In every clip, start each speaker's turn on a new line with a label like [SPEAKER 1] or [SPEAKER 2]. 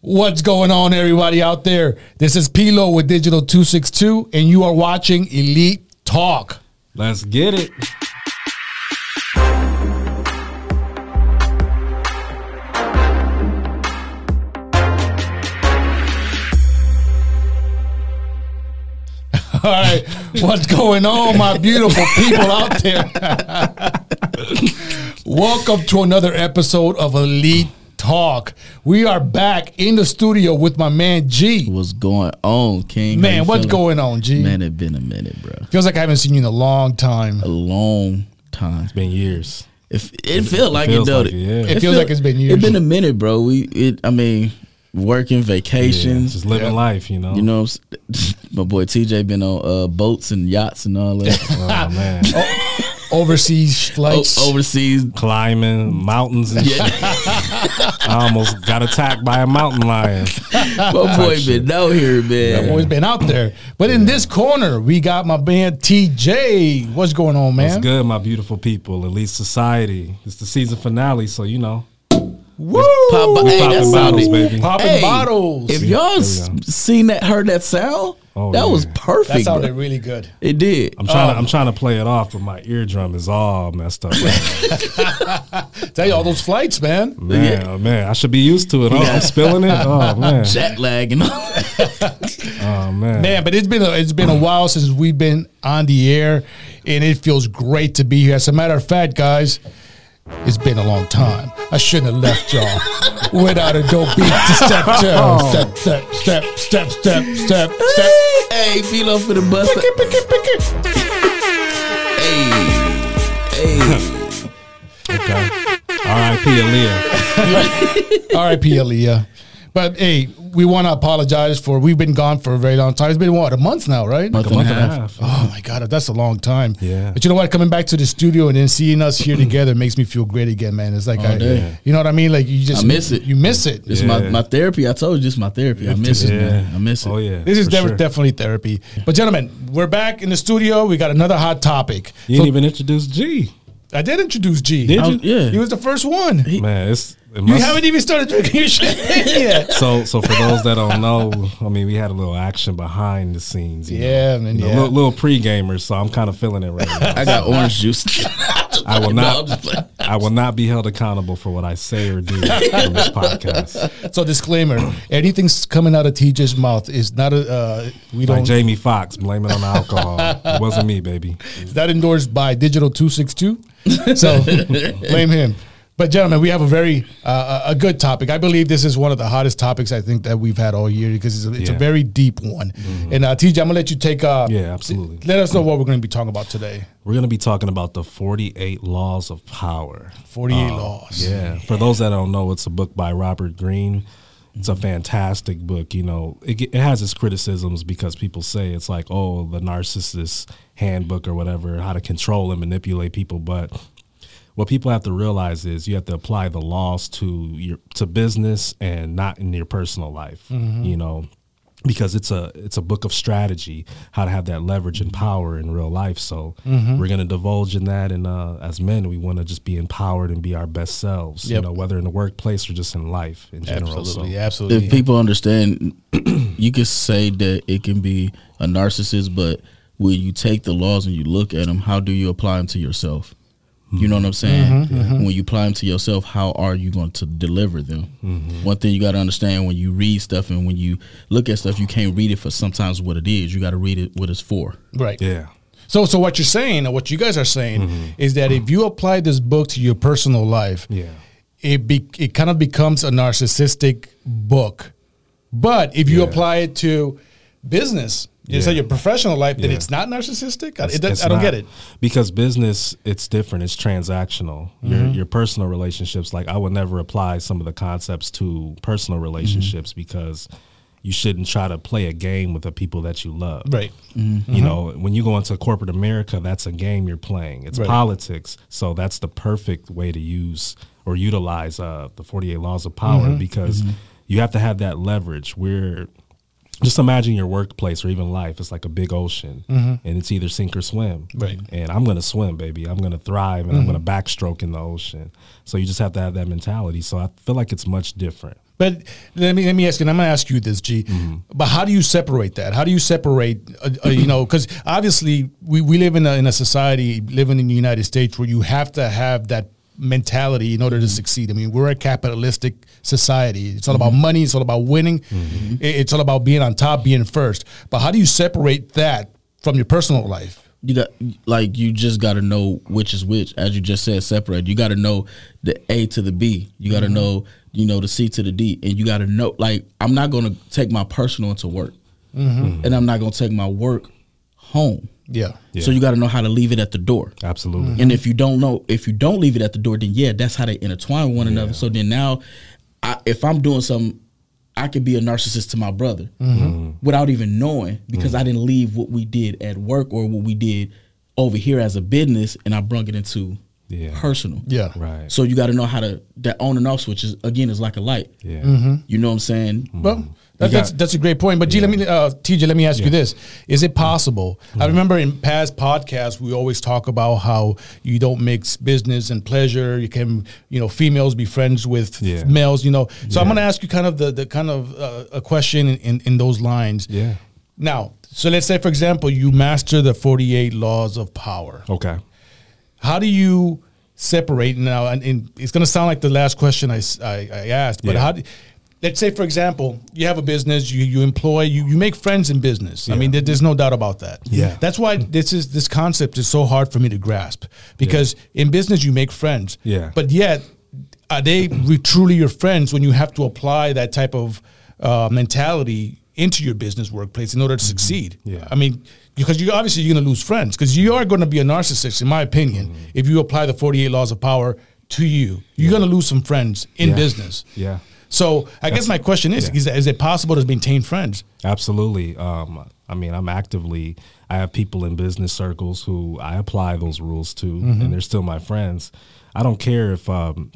[SPEAKER 1] What's going on, everybody out there? This is Pilo with Digital 262, and you are watching Elite Talk.
[SPEAKER 2] Let's get it.
[SPEAKER 1] All right, what's going on, my beautiful people out there? Welcome to another episode of Elite Talk. We are back in the studio with my man G.
[SPEAKER 3] What's going on, King? How
[SPEAKER 1] Man,
[SPEAKER 3] you
[SPEAKER 1] what's
[SPEAKER 3] feeling?
[SPEAKER 1] going on, G?
[SPEAKER 3] Man, it been a minute, bro.
[SPEAKER 1] Feels like I haven't seen you in a long time.
[SPEAKER 3] A long time.
[SPEAKER 2] Been years.
[SPEAKER 3] It, it feel like it
[SPEAKER 2] feels
[SPEAKER 3] does.
[SPEAKER 2] like it, yeah. It
[SPEAKER 1] feels like it's been years.
[SPEAKER 3] It been a minute, bro. We it. I mean, working
[SPEAKER 2] Yeah,
[SPEAKER 3] vacations.
[SPEAKER 2] just living
[SPEAKER 1] Yeah.
[SPEAKER 2] life, you know.
[SPEAKER 3] you know, what I'm s- my boy TJ been on uh, boats and yachts and all that.
[SPEAKER 2] Oh man,
[SPEAKER 1] Overseas
[SPEAKER 3] o-
[SPEAKER 1] flights.
[SPEAKER 3] overseas.
[SPEAKER 2] climbing mountains and shit. I almost got attacked by a mountain lion.
[SPEAKER 3] My boy been out here,
[SPEAKER 1] I've
[SPEAKER 3] man.
[SPEAKER 1] always been out there. But in this corner, we got my man TJ. What's going on,
[SPEAKER 2] It's
[SPEAKER 1] man?
[SPEAKER 2] good, my beautiful people. Elite society. It's the season finale, so you know.
[SPEAKER 1] Woo!
[SPEAKER 3] Pop- hey, that
[SPEAKER 2] popping bottles,
[SPEAKER 3] sounded-
[SPEAKER 2] baby.
[SPEAKER 1] Popping
[SPEAKER 3] Hey,
[SPEAKER 1] bottles.
[SPEAKER 3] If y'all s-
[SPEAKER 2] There we
[SPEAKER 3] seen that, heard that sound,
[SPEAKER 2] Oh,
[SPEAKER 3] that was
[SPEAKER 2] yeah.
[SPEAKER 3] perfect.
[SPEAKER 1] that sounded
[SPEAKER 3] bro.
[SPEAKER 1] really good.
[SPEAKER 3] It did.
[SPEAKER 2] I'm trying. to, I'm trying to play it off, but my eardrum is all messed up. Right
[SPEAKER 1] Tell you all those flights, man.
[SPEAKER 2] now. man, oh, man, I should be used to it. Oh, I'm spilling it. Oh man,
[SPEAKER 3] Jet lag and all that.
[SPEAKER 2] oh man.
[SPEAKER 1] Man, but it's been a, it's been a while since we've been on the air, and it feels great to be here. As a matter of fact, guys, it's been a long time. I shouldn't have left y'all without a dope beat to step to step step step step step step step.
[SPEAKER 3] Hey, Philo for the bus. Hey, hey.
[SPEAKER 2] Okay. R.I.P. Aaliyah.
[SPEAKER 1] R.I.P. Aaliyah. E, But hey, we want to apologize for we've been gone for a very long time. It's been what a month now, right?
[SPEAKER 3] Month
[SPEAKER 2] A
[SPEAKER 3] and
[SPEAKER 2] month
[SPEAKER 3] a
[SPEAKER 2] and a
[SPEAKER 3] half.
[SPEAKER 2] half.
[SPEAKER 1] Oh my god, that's a long time.
[SPEAKER 2] Yeah.
[SPEAKER 1] But you know what? Coming back to the studio and then seeing us here together makes me feel great again, man. It's like I,
[SPEAKER 3] day.
[SPEAKER 1] you know what I mean? Like you just
[SPEAKER 3] I miss it.
[SPEAKER 1] You miss it.
[SPEAKER 3] It's my,
[SPEAKER 2] Yeah.
[SPEAKER 3] my therapy. I told you, it's my therapy. I miss it, man. I miss it.
[SPEAKER 2] Oh yeah.
[SPEAKER 1] This is
[SPEAKER 2] for
[SPEAKER 1] def-
[SPEAKER 2] sure.
[SPEAKER 1] definitely therapy. But gentlemen, we're back in the studio. We got another hot topic.
[SPEAKER 2] You
[SPEAKER 1] So
[SPEAKER 2] didn't even introduce G.
[SPEAKER 1] I did introduce G.
[SPEAKER 2] Did
[SPEAKER 3] I
[SPEAKER 2] you?
[SPEAKER 3] was- yeah.
[SPEAKER 1] He was the first one.
[SPEAKER 2] Man, it's it
[SPEAKER 1] you
[SPEAKER 2] must-
[SPEAKER 1] haven't even started drinking your champagne yet.
[SPEAKER 2] So, so for those that don't know, I mean, we had a little action behind the scenes. you know.
[SPEAKER 1] Yeah, man.
[SPEAKER 2] You know,
[SPEAKER 1] Yeah.
[SPEAKER 2] little, little pre gamers. So I'm kind of feeling it right now.
[SPEAKER 3] I got orange juice.
[SPEAKER 2] I will
[SPEAKER 3] No, I'm
[SPEAKER 2] not.
[SPEAKER 3] just playing.
[SPEAKER 2] I will not be held accountable for what I say or do on this podcast.
[SPEAKER 1] So disclaimer: anything's coming out of TJ's mouth is not a uh, we
[SPEAKER 2] Like
[SPEAKER 1] don't
[SPEAKER 2] Jamie Foxx, blame it on the alcohol. It wasn't me, baby.
[SPEAKER 1] it's not endorsed by Digital Two Six Two. So blame him. But gentlemen, we have a very uh, a good topic. I believe this is one of the hottest topics I think that we've had all year because it's a, it's a
[SPEAKER 2] Yeah. Mm-hmm.
[SPEAKER 1] very deep one. And uh, TJ, I'm gonna let you take. Uh,
[SPEAKER 2] Yeah, absolutely.
[SPEAKER 1] Let us know what we're gonna be talking about today.
[SPEAKER 2] We're gonna be talking about the 48 Laws of Power.
[SPEAKER 1] 48 laws.
[SPEAKER 2] Oh, Yeah. For those that don't know, it's a book by Robert Greene. It's a fantastic book. You know, it, ge- it has its criticisms because people say it's like, oh, the narcissist handbook or whatever, how to control and manipulate people. But what people have to realize is you have to apply the laws to your to business and not in your personal life. You know, because it's a it's a book of strategy how to have that leverage and power in real life so
[SPEAKER 1] Mm-hmm.
[SPEAKER 2] we're going to divulge in that and uh, as men we want to just be empowered and be our best selves you
[SPEAKER 1] Yep.
[SPEAKER 2] know whether in the workplace or just in life in general
[SPEAKER 1] Absolutely,
[SPEAKER 2] so
[SPEAKER 1] absolutely.
[SPEAKER 3] If people understand, you could say that it can be a narcissist, but when you take the laws and you look at them, how do you apply them to yourself? You know what I'm saying? When you apply them to yourself, how are you going to deliver them? One thing you got to understand when you read stuff and when you look at stuff, you can't read it for sometimes what it is. You got to read it what it's for.
[SPEAKER 1] right.
[SPEAKER 2] yeah Mm-hmm.
[SPEAKER 1] So, so what you're saying, or what you guys are saying, is that if you apply this book to your personal life,
[SPEAKER 2] Yeah.
[SPEAKER 1] it be, it kind of becomes a narcissistic book. But if you
[SPEAKER 2] Yeah.
[SPEAKER 1] apply it to business, you say
[SPEAKER 2] Yeah.
[SPEAKER 1] your professional life, then
[SPEAKER 2] Yeah.
[SPEAKER 1] it's not narcissistic. I, it
[SPEAKER 2] It's-
[SPEAKER 1] does,
[SPEAKER 2] it's
[SPEAKER 1] I don't get
[SPEAKER 2] not.
[SPEAKER 1] it.
[SPEAKER 2] because business it's different it's transactional your,
[SPEAKER 1] Mm-hmm.
[SPEAKER 2] your personal relationships like i would never apply some of the concepts to personal
[SPEAKER 1] Mm-hmm.
[SPEAKER 2] relationships because you shouldn't try to play a game with the people that you love
[SPEAKER 1] Right.
[SPEAKER 2] You know, when you go into corporate America, that's a game you're playing. It's
[SPEAKER 1] Right.
[SPEAKER 2] politics. So that's the perfect way to use or utilize uh, the 48 laws of power because you have to have that leverage. We're just imagine your workplace or even life. It's like a big ocean and it's either sink or swim.
[SPEAKER 1] Right.
[SPEAKER 2] And I'm going to swim, baby. I'm going to thrive and I'm going to backstroke in the ocean. So you just have to have that mentality. So I feel like it's much different.
[SPEAKER 1] But let me let me ask you. And I'm going to ask you this, G. But how do you separate that? How do you separate? Uh, uh, you know, because obviously we, we live in a, in a society living in the United States where you have to have that mentality in order to succeed. I mean, we're a capitalistic society. It's all about money. It's all about winning. I- it's all about being on top, being first. But how do you separate that from your personal life?
[SPEAKER 3] you got like you just got to know which is which as you just said separate you got to know the a to the b you got to know you know the c to the d and you got to know like i'm not going to take my personal into work and i'm not going to take my work home
[SPEAKER 1] Yeah.
[SPEAKER 2] Yeah.
[SPEAKER 3] so you got to know how to leave it at the door
[SPEAKER 2] Absolutely.
[SPEAKER 3] and if you don't know, if you don't leave it at the door, then yeah, that's how they intertwine with one another. So then now, I, if I'm doing something, I could be a narcissist to my brother
[SPEAKER 2] Mm-hmm.
[SPEAKER 3] without even knowing because I didn't leave what we did at work or what we did over here as a business, and I brung it into
[SPEAKER 2] Yeah.
[SPEAKER 3] personal.
[SPEAKER 1] Yeah.
[SPEAKER 2] Right.
[SPEAKER 3] So you got to know how to that on and off switch is again is like a light.
[SPEAKER 2] yeah. Mm-hmm.
[SPEAKER 3] You know what I'm saying?
[SPEAKER 1] Well, that,
[SPEAKER 2] Mm. You
[SPEAKER 1] that's
[SPEAKER 2] got-
[SPEAKER 1] that's a great point. But G, let me uh, TJ, let me ask you this: Is it possible?
[SPEAKER 2] Mm.
[SPEAKER 1] I remember in past podcasts we always talk about how you don't mix business and pleasure. You can, you know, females be friends with
[SPEAKER 2] Yeah.
[SPEAKER 1] males. You know, so I'm
[SPEAKER 2] Yeah.
[SPEAKER 1] going to ask you kind of the the kind of uh, a question in, in in those lines.
[SPEAKER 2] Yeah.
[SPEAKER 1] Now, so let's say for example you master the 48 laws of power
[SPEAKER 2] Okay.
[SPEAKER 1] how do you separate now and, and it's going to sound like the last question i, s- I- I asked but
[SPEAKER 2] Yeah.
[SPEAKER 1] how do, let's say for example you have a business you, you employ you, you make friends in business i mean there, there's no doubt about that
[SPEAKER 2] Yeah.
[SPEAKER 1] that's why this is this concept is so hard for me to grasp because in business you make friends
[SPEAKER 2] Yeah.
[SPEAKER 1] but yet are they re- truly your friends when you have to apply that type of uh, mentality into your business workplace in order to succeed
[SPEAKER 2] Mm-hmm. Yeah.
[SPEAKER 1] i mean mean, because you obviously you're going to lose friends because you are going to be a narcissist, in my opinion,
[SPEAKER 2] Mm-hmm.
[SPEAKER 1] if you apply the 48 laws of power to you. You're going to lose some friends in
[SPEAKER 2] Yeah.
[SPEAKER 1] business.
[SPEAKER 2] Yeah.
[SPEAKER 1] So I guess my question is:
[SPEAKER 2] yeah.
[SPEAKER 1] is, that, is it possible to maintain friends?
[SPEAKER 2] Absolutely. Um, I mean, I'm actively. I have people in business circles who I apply those rules to, and they're still my friends. I don't care if um,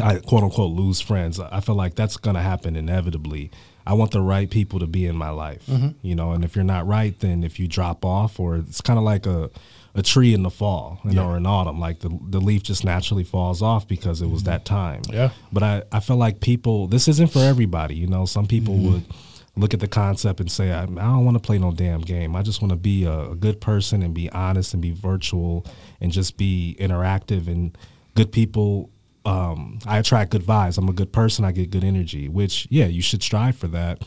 [SPEAKER 2] I quote unquote lose friends. I feel like that's going to happen inevitably. I want the right people to be in my life, you know. And if you're not right, then if you drop off, or it's kind of like a a tree in the fall you know, or in autumn, like the the leaf just naturally falls off because it was that time.
[SPEAKER 1] Yeah.
[SPEAKER 2] But I, I feel like people, this isn't for everybody. You know, some people would look at the concept and say, I, I don't want to play no damn game. I just want to be a, a good person and be honest and be virtual and just be interactive and good people. Um, I attract good vibes. I'm a good person. I get good energy, which, yeah, you should strive for that.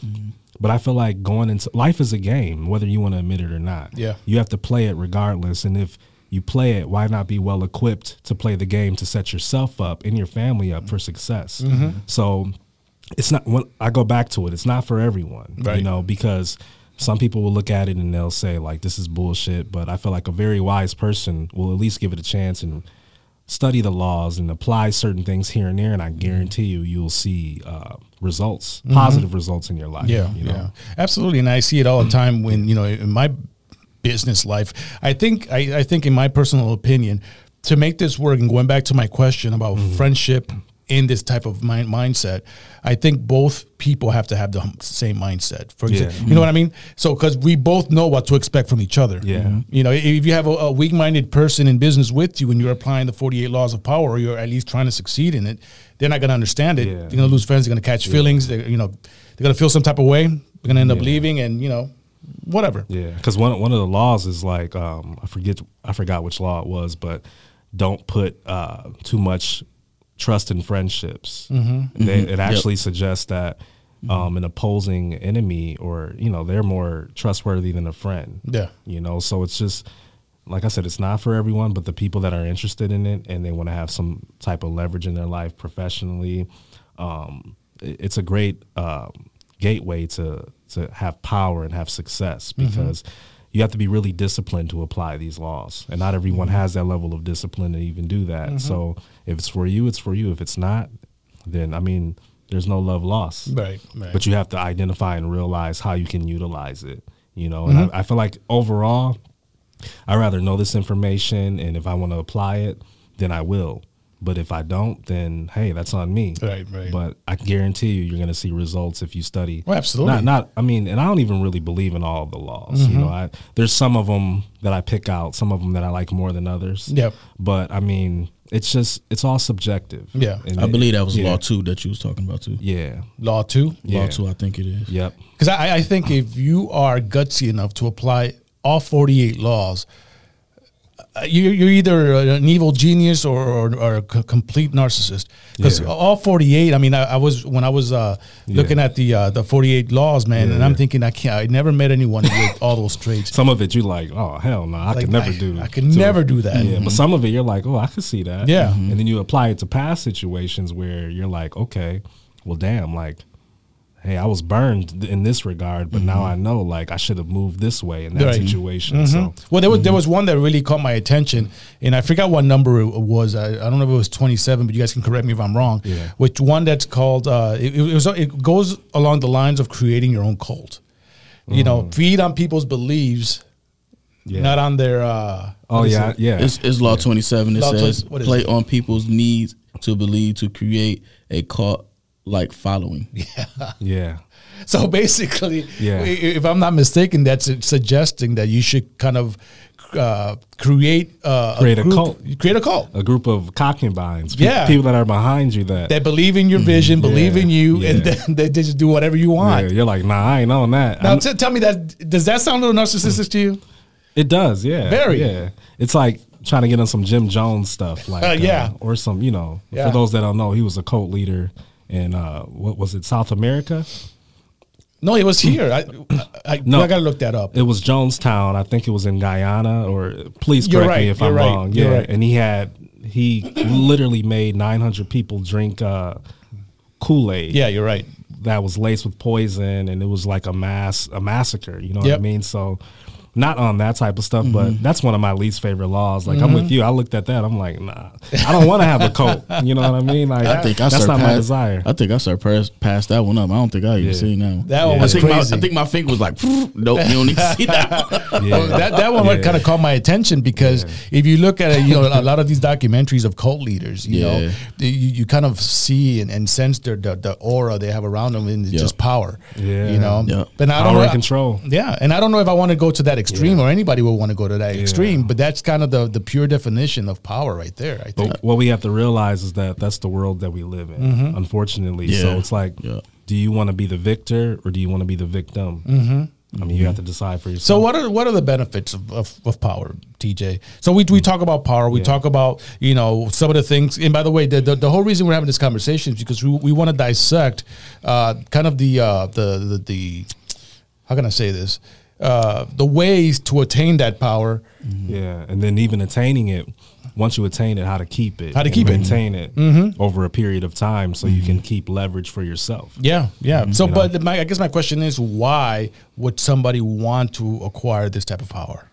[SPEAKER 2] But I feel like going into life is a game, whether you want to admit it or not.
[SPEAKER 1] Yeah.
[SPEAKER 2] You have to play it regardless. And if you play it, why not be well equipped to play the game to set yourself up and your family up for success?
[SPEAKER 1] Mm-hmm.
[SPEAKER 2] So it's not, when I go back to it, it's not for everyone,
[SPEAKER 1] Right.
[SPEAKER 2] you know, because some people will look at it and they'll say, like, this is bullshit. But I feel like a very wise person will at least give it a chance and study the laws and apply certain things here and there. And I guarantee you, you'll see uh, results, positive results in your life.
[SPEAKER 1] Mm-hmm. Yeah,
[SPEAKER 2] You know?
[SPEAKER 1] yeah, absolutely. And I see it all the time when you know in my business life. I think I, I think in my personal opinion, to make this work and going back to my question about
[SPEAKER 2] Mm-hmm.
[SPEAKER 1] friendship in this type of mind, mindset, I think both people have to have the hum- same mindset. For
[SPEAKER 2] Yeah.
[SPEAKER 1] example, you know what I mean. So because we both know what to expect from each other. Mm-hmm.
[SPEAKER 2] Yeah. Mhm.
[SPEAKER 1] you know, if you have a, a weak-minded person in business with you and you're applying the 48 laws of power, or you're at least trying to succeed in it, they're not going to understand it.
[SPEAKER 2] Yeah.
[SPEAKER 1] You're gonna lose friends. They're gonna catch feelings. They're, you know, they're gonna feel some type of way. They're gonna end up
[SPEAKER 2] Yeah.
[SPEAKER 1] leaving, and you know, whatever.
[SPEAKER 2] Yeah, because one one of the laws is like um, I forget I forgot which law it was, but don't put uh, too much trust in friendships. They, it actually suggests that um, an opposing enemy or you know they're more trustworthy than a friend.
[SPEAKER 1] Yeah.
[SPEAKER 2] you know, so it's just like I said, it's not for everyone, but the people that are interested in it and they want to have some type of leverage in their life professionally, um, it- it's a great um, gateway to to have power and have success because you have to be really disciplined to apply these laws, and not everyone has that level of discipline to even do that. So if it's for you, it's for you. If it's not, then I mean, there's no love lost,
[SPEAKER 1] Right, right.
[SPEAKER 2] But you have to identify and realize how you can utilize it. You know,
[SPEAKER 1] Mm-hmm.
[SPEAKER 2] and I, I feel like overall, I rather know this information, and if I want to apply it, then I will. But if I don't, then hey, that's on me.
[SPEAKER 1] Right, right.
[SPEAKER 2] But I guarantee you, you're going to see results if you study.
[SPEAKER 1] Well, absolutely.
[SPEAKER 2] Not, not. I mean, and I don't even really believe in all of the laws. You know,
[SPEAKER 1] Mm-hmm.
[SPEAKER 2] I there's some of them that I pick out, some of them that I like more than others.
[SPEAKER 1] Yep.
[SPEAKER 2] But I mean, It's just it's all subjective.
[SPEAKER 1] Yeah.
[SPEAKER 2] And
[SPEAKER 3] I
[SPEAKER 2] it-
[SPEAKER 3] believe that was
[SPEAKER 2] yeah.
[SPEAKER 3] law two that you was talking about too.
[SPEAKER 2] Yeah.
[SPEAKER 1] Law two.
[SPEAKER 2] Yeah.
[SPEAKER 3] Law two, I think it is.
[SPEAKER 2] Yep.
[SPEAKER 1] Because I, I think if you are gutsy enough to apply all 48 laws, uh, you, you're either an evil genius or, or, or a c- complete narcissist. Because
[SPEAKER 2] Yeah.
[SPEAKER 1] all 48, I mean, I, I was when I was uh, looking
[SPEAKER 2] Yeah.
[SPEAKER 1] at the uh, the 48 laws, man, and I'm
[SPEAKER 2] yeah.
[SPEAKER 1] thinking I can't. I never met anyone with all those traits.
[SPEAKER 2] Some of it you like, oh hell no, I
[SPEAKER 1] Like,
[SPEAKER 2] could never
[SPEAKER 1] I-
[SPEAKER 2] do.
[SPEAKER 1] I could
[SPEAKER 2] So-
[SPEAKER 1] never do that. Mm-hmm.
[SPEAKER 2] Yeah, but some of it you're like, oh, I could see that.
[SPEAKER 1] Yeah. Mm-hmm.
[SPEAKER 2] and then you apply it to past situations where you're like, okay, well, damn, like, hey, I was burned in this regard, but now I know, like, I should have moved this way in that
[SPEAKER 1] Mm-hmm. Right. Mm-hmm.
[SPEAKER 2] situation. So
[SPEAKER 1] Well, there was
[SPEAKER 2] Mm-hmm.
[SPEAKER 1] there was one that really caught my attention, and I forgot what number it was. I, I don't know if it was twenty seven, but you guys can correct me if I'm wrong.
[SPEAKER 2] Yeah.
[SPEAKER 1] Which one that's called? Uh, it, it was it goes along the lines of creating your own cult. You know, feed on people's beliefs,
[SPEAKER 2] Mm. yeah.
[SPEAKER 1] not on their. Uh,
[SPEAKER 2] oh
[SPEAKER 1] what is
[SPEAKER 2] yeah,
[SPEAKER 1] it?
[SPEAKER 2] yeah.
[SPEAKER 3] It's, it's law twenty seven. It
[SPEAKER 1] Law
[SPEAKER 3] says
[SPEAKER 1] 20 what is
[SPEAKER 3] play
[SPEAKER 1] it?
[SPEAKER 3] on people's needs to believe to create a cult like following.
[SPEAKER 2] yeah.
[SPEAKER 1] So basically,
[SPEAKER 2] Yeah.
[SPEAKER 1] i- if I'm not mistaken, that's it suggesting that you should kind of uh, create uh,
[SPEAKER 2] Create a cult.
[SPEAKER 1] create a cult.
[SPEAKER 2] A group of cockambines, pe-
[SPEAKER 1] Yeah.
[SPEAKER 2] people that are behind you that,
[SPEAKER 1] They believe in your vision, believe in you, and
[SPEAKER 2] Mm-hmm.
[SPEAKER 1] then
[SPEAKER 2] Yeah.
[SPEAKER 1] they just do whatever you want.
[SPEAKER 2] yeah, you're like, nah, I ain't on that.
[SPEAKER 1] Now,
[SPEAKER 2] I'm-
[SPEAKER 1] t- tell me that does that sound a little narcissistic to you?
[SPEAKER 2] It does, yeah.
[SPEAKER 1] Very.
[SPEAKER 2] Yeah. It's like trying to get on some Jim Jones stuff, like
[SPEAKER 1] Uh, yeah.
[SPEAKER 2] or some, you know,
[SPEAKER 1] Yeah.
[SPEAKER 2] for those that don't know, he was a cult leader in uh, what was it, South America?
[SPEAKER 1] No, it was here. I, I, I,
[SPEAKER 2] No.
[SPEAKER 1] I gotta look that up.
[SPEAKER 2] It was Jonestown. I think it was in Guyana, or please
[SPEAKER 1] You're
[SPEAKER 2] correct
[SPEAKER 1] right,
[SPEAKER 2] me if
[SPEAKER 1] you're
[SPEAKER 2] I'm
[SPEAKER 1] right,
[SPEAKER 2] wrong.
[SPEAKER 1] you're
[SPEAKER 2] Yeah,
[SPEAKER 1] right.
[SPEAKER 2] and he had he literally made 900 people drink uh, Kool Aid.
[SPEAKER 1] Yeah, you're right.
[SPEAKER 2] that was laced with poison and it was like a mass a massacre you know what
[SPEAKER 1] Yep. Mm-hmm.
[SPEAKER 2] i mean so not on that type of stuff but that's one of my least favorite laws like i'm with you i looked at that i'm like nah i don't want to have a cult you know what i mean like
[SPEAKER 3] I think I
[SPEAKER 2] that's not my
[SPEAKER 3] surpassed-
[SPEAKER 2] desire
[SPEAKER 3] I think I surpassed passed that one up. I don't think I even
[SPEAKER 2] Yeah.
[SPEAKER 3] seen that one.
[SPEAKER 1] That one
[SPEAKER 2] Yeah.
[SPEAKER 3] I
[SPEAKER 1] was
[SPEAKER 3] think, my, I
[SPEAKER 1] crazy.
[SPEAKER 3] think my finger was like, nope, you don't need to see that. one."
[SPEAKER 1] Oh,
[SPEAKER 2] yeah.
[SPEAKER 1] that, that one
[SPEAKER 2] Yeah.
[SPEAKER 1] kind of caught my attention because if you look at it, you know a lot of these documentaries of cult leaders, you
[SPEAKER 3] Yeah.
[SPEAKER 1] know, you, you kind of see and, and sense their the, the aura they have around them and it's
[SPEAKER 3] Yeah.
[SPEAKER 1] just power.
[SPEAKER 2] Yeah.
[SPEAKER 1] you know.
[SPEAKER 3] Yeah.
[SPEAKER 1] But I don't
[SPEAKER 2] Power
[SPEAKER 1] know.
[SPEAKER 2] and control.
[SPEAKER 1] Yeah, and I don't know if I want to go to that extreme or anybody will want to go to that extreme. But that's kind of the the pure definition of power right there. I think.
[SPEAKER 2] But what we have to realize is that that's the world that we live in,
[SPEAKER 1] Mm-hmm.
[SPEAKER 2] unfortunately. So
[SPEAKER 3] Yeah.
[SPEAKER 2] it's like,
[SPEAKER 3] Yeah.
[SPEAKER 2] do you want to be the victor or do you want to be the victim? Mm-hmm. I mean, you have to decide for yourself.
[SPEAKER 1] So what are what are the benefits of, of, of power, TJ? So we,
[SPEAKER 2] Mm.
[SPEAKER 1] we talk about power. We talk about you know some of the things. And by the way, the, the, the whole reason we're having this conversation is because we, we want to dissect uh, kind of the, uh, the the the how can I say this uh, the ways to attain that power.
[SPEAKER 2] Mm-hmm. Yeah, and then even attaining it, once you attain it, how to keep it,
[SPEAKER 1] How to
[SPEAKER 2] and
[SPEAKER 1] keep it. Mm-hmm.
[SPEAKER 2] maintain it over a period of time, so you can keep leverage for yourself.
[SPEAKER 1] Yeah, yeah. So,
[SPEAKER 2] Mm-hmm. You know?
[SPEAKER 1] but my, I guess my question is, why would somebody want to acquire this type of power?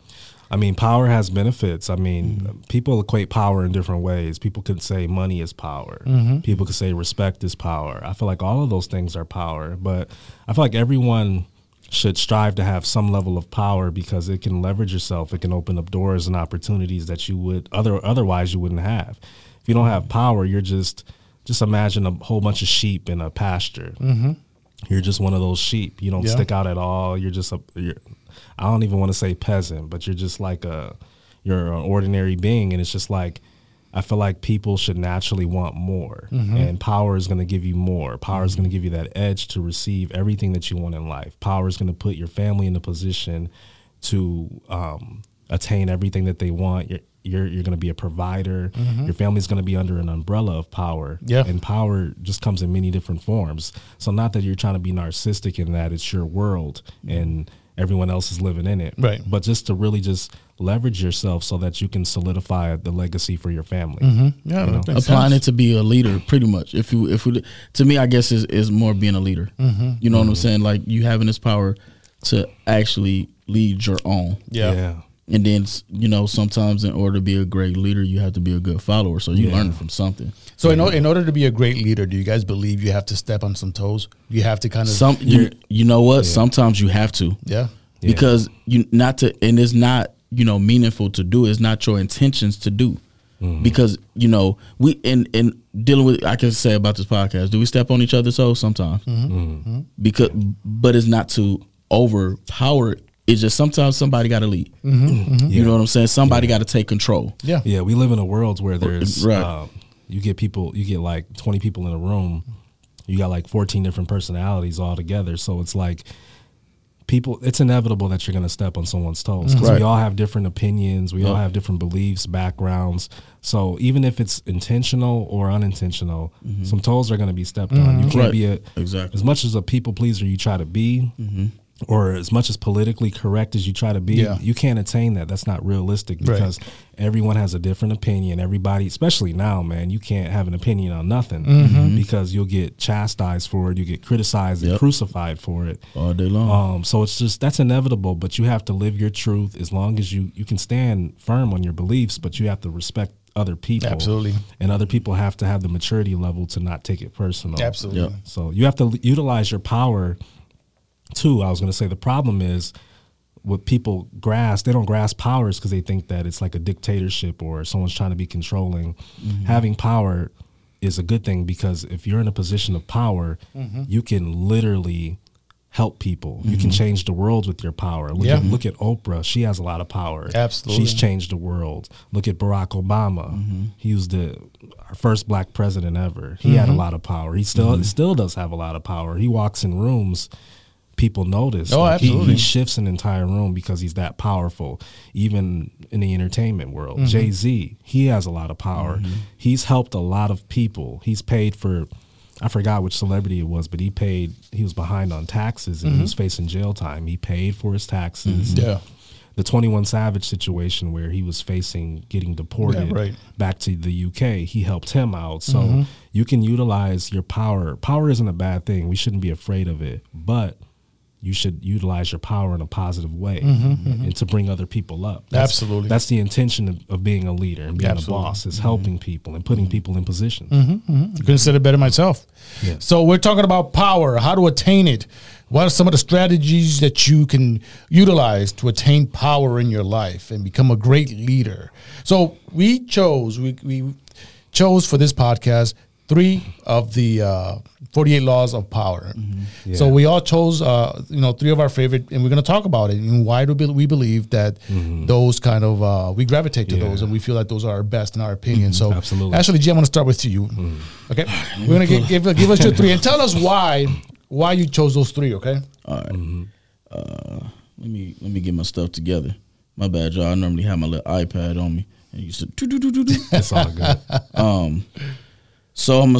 [SPEAKER 2] I mean, power has benefits. I mean, people equate power in different ways. People could say money is power. People could say respect is power. I feel like all of those things are power, but I feel like everyone should strive to have some level of power because it can leverage yourself. It can open up doors and opportunities that you would other otherwise you wouldn't have. If you don't have power, you're just just imagine a whole bunch of sheep in a pasture. Mm-hmm. You're just one of those sheep. You don't
[SPEAKER 1] Yeah.
[SPEAKER 2] stick out at all. You're just a. You're, I don't even want to say peasant, but you're just like a. You're an ordinary being, and it's just like. I feel like people should naturally want more,
[SPEAKER 1] Mm-hmm.
[SPEAKER 2] and power is going to give you more. Power is going to give you that edge to receive everything that you want in life. Power is going to put your family in a position to um, attain everything that they want. You're you're, you're going to be a provider. Your family's going to be under an umbrella of power,
[SPEAKER 1] Mm-hmm. Yeah.
[SPEAKER 2] and power just comes in many different forms. So not that you're trying to be narcissistic in that it's your world and everyone else is living in it.
[SPEAKER 1] Right.
[SPEAKER 2] But just to really just leverage yourself so that you can solidify the legacy for your family.
[SPEAKER 1] Yeah, that makes
[SPEAKER 3] Applying
[SPEAKER 1] sense.
[SPEAKER 3] it to be a leader, pretty much. If you, if we, to me, I guess is is more being a leader.
[SPEAKER 1] Mm-hmm.
[SPEAKER 3] You know what I'm
[SPEAKER 2] Mm-hmm.
[SPEAKER 3] saying? Like you having this power to actually lead your own.
[SPEAKER 1] Yeah.
[SPEAKER 3] And then you know sometimes in order to be a great leader, you have to be a good follower. So you
[SPEAKER 2] Yeah.
[SPEAKER 3] learn from something.
[SPEAKER 1] So, in, o- in order to be a great leader, do you guys believe you have to step on some toes? You have to kind of
[SPEAKER 3] Some you, you know what? Sometimes you have to.
[SPEAKER 1] yeah.
[SPEAKER 2] Yeah.
[SPEAKER 3] because you not to and it's not you know meaningful to do it's not your intentions to do
[SPEAKER 2] Mm-hmm.
[SPEAKER 3] because you know we and and dealing with i can say about this podcast do we step on each
[SPEAKER 2] Mm-hmm.
[SPEAKER 3] other's toes sometimes because but it's not to overpower It's just sometimes somebody got to lead.
[SPEAKER 2] Mm-hmm.
[SPEAKER 3] You know what I'm saying? Somebody got to take control.
[SPEAKER 1] Yeah.
[SPEAKER 2] Yeah, we live in a world where there's
[SPEAKER 3] Right.
[SPEAKER 2] um, you get people, you get like twenty people in a room, you got like fourteen different personalities all together. So it's like people, it's inevitable that you're going to step on someone's toes because
[SPEAKER 3] Mm-hmm. Right.
[SPEAKER 2] we all have different opinions, we all
[SPEAKER 3] Yeah.
[SPEAKER 2] have different beliefs, backgrounds. So even if it's intentional or unintentional, some toes are going to be stepped on. You can't
[SPEAKER 3] Mm-hmm. Right.
[SPEAKER 2] be a
[SPEAKER 3] Exactly. Mm-hmm.
[SPEAKER 2] as much as a people pleaser you try to be. Or as much as politically correct as you try to be,
[SPEAKER 1] Yeah.
[SPEAKER 2] you can't attain that. That's not realistic
[SPEAKER 1] Right.
[SPEAKER 2] because everyone has a different opinion. Everybody, especially now, man, you can't have an opinion on nothing
[SPEAKER 1] Mm-hmm.
[SPEAKER 2] because you'll get chastised for it, you get criticized and
[SPEAKER 3] Yep.
[SPEAKER 2] crucified for it.
[SPEAKER 3] All day long.
[SPEAKER 2] Um, so it's just that's inevitable, but you have to live your truth as long as you you can stand firm on your beliefs, but you have to respect other people.
[SPEAKER 1] Absolutely.
[SPEAKER 2] And other people have to have the maturity level to not take it personal.
[SPEAKER 1] Absolutely.
[SPEAKER 3] Yep.
[SPEAKER 2] So you have to l- utilize your power too. I was going to say the problem is what people grasp, they don't grasp powers because they think that it's like a dictatorship or someone's trying to be controlling. Having power is a good thing because if you're in a position of power, you can literally help people. You can change the world with your power. Look, at,
[SPEAKER 1] Yeah.
[SPEAKER 2] look at Oprah. She has a lot of power.
[SPEAKER 1] Absolutely. Mm-hmm.
[SPEAKER 2] She's changed the world. Look at Barack Obama. He was the our first black president ever. He
[SPEAKER 1] Mm-hmm.
[SPEAKER 2] had a lot of power. He still still does have a lot of power. He walks in rooms, people notice.
[SPEAKER 1] Oh,
[SPEAKER 2] he- He,
[SPEAKER 1] absolutely.
[SPEAKER 2] shifts an entire room because he's that powerful. Even in the entertainment world,
[SPEAKER 1] Mm-hmm.
[SPEAKER 2] Jay Z, he has a lot of power. He's helped a lot of people. He's paid for. I forgot which celebrity it was, but he paid. He was behind on taxes
[SPEAKER 1] Mm-hmm.
[SPEAKER 2] and he was facing jail time. He paid for his taxes
[SPEAKER 1] Yeah.
[SPEAKER 2] the 21 Savage situation where he was facing getting deported
[SPEAKER 1] Yeah, right. Mm-hmm.
[SPEAKER 2] back to the UK. He helped him out. So you can utilize your power. Power isn't a bad thing. We shouldn't be afraid of it, but you should utilize your power in a positive way and to bring other people up.
[SPEAKER 1] Mm-hmm, Absolutely.
[SPEAKER 2] That's the intention of, of being a leader and being
[SPEAKER 1] Absolutely. Mm-hmm.
[SPEAKER 2] a boss is helping people and putting people in position.
[SPEAKER 1] Couldn't say it better myself.
[SPEAKER 2] Yeah.
[SPEAKER 1] So we're talking about power, how to attain it. What are some of the strategies that you can utilize to attain power in your life and become a great leader? So we chose we, we chose for this podcast three of the uh, forty eight laws of power. So
[SPEAKER 2] Mm-hmm. Yeah.
[SPEAKER 1] we all chose uh, you know three of our favorite, and we're going to talk about it and why do we believe that those kind of uh, we gravitate to
[SPEAKER 2] Mm-hmm. Yeah. Mm-hmm.
[SPEAKER 1] those and we feel that those are our best in our opinion. So
[SPEAKER 2] Absolutely.
[SPEAKER 1] Oh, Actually, Jim, I'm going to start with you. Okay, we're going to give, give give us your three and tell us why why you chose those three. Okay,
[SPEAKER 3] All right. Uh, let me let me get my stuff together. My bad, y'all. I normally have my little iPad on me, and you said,
[SPEAKER 2] That's all good.
[SPEAKER 3] um, so I'm. A,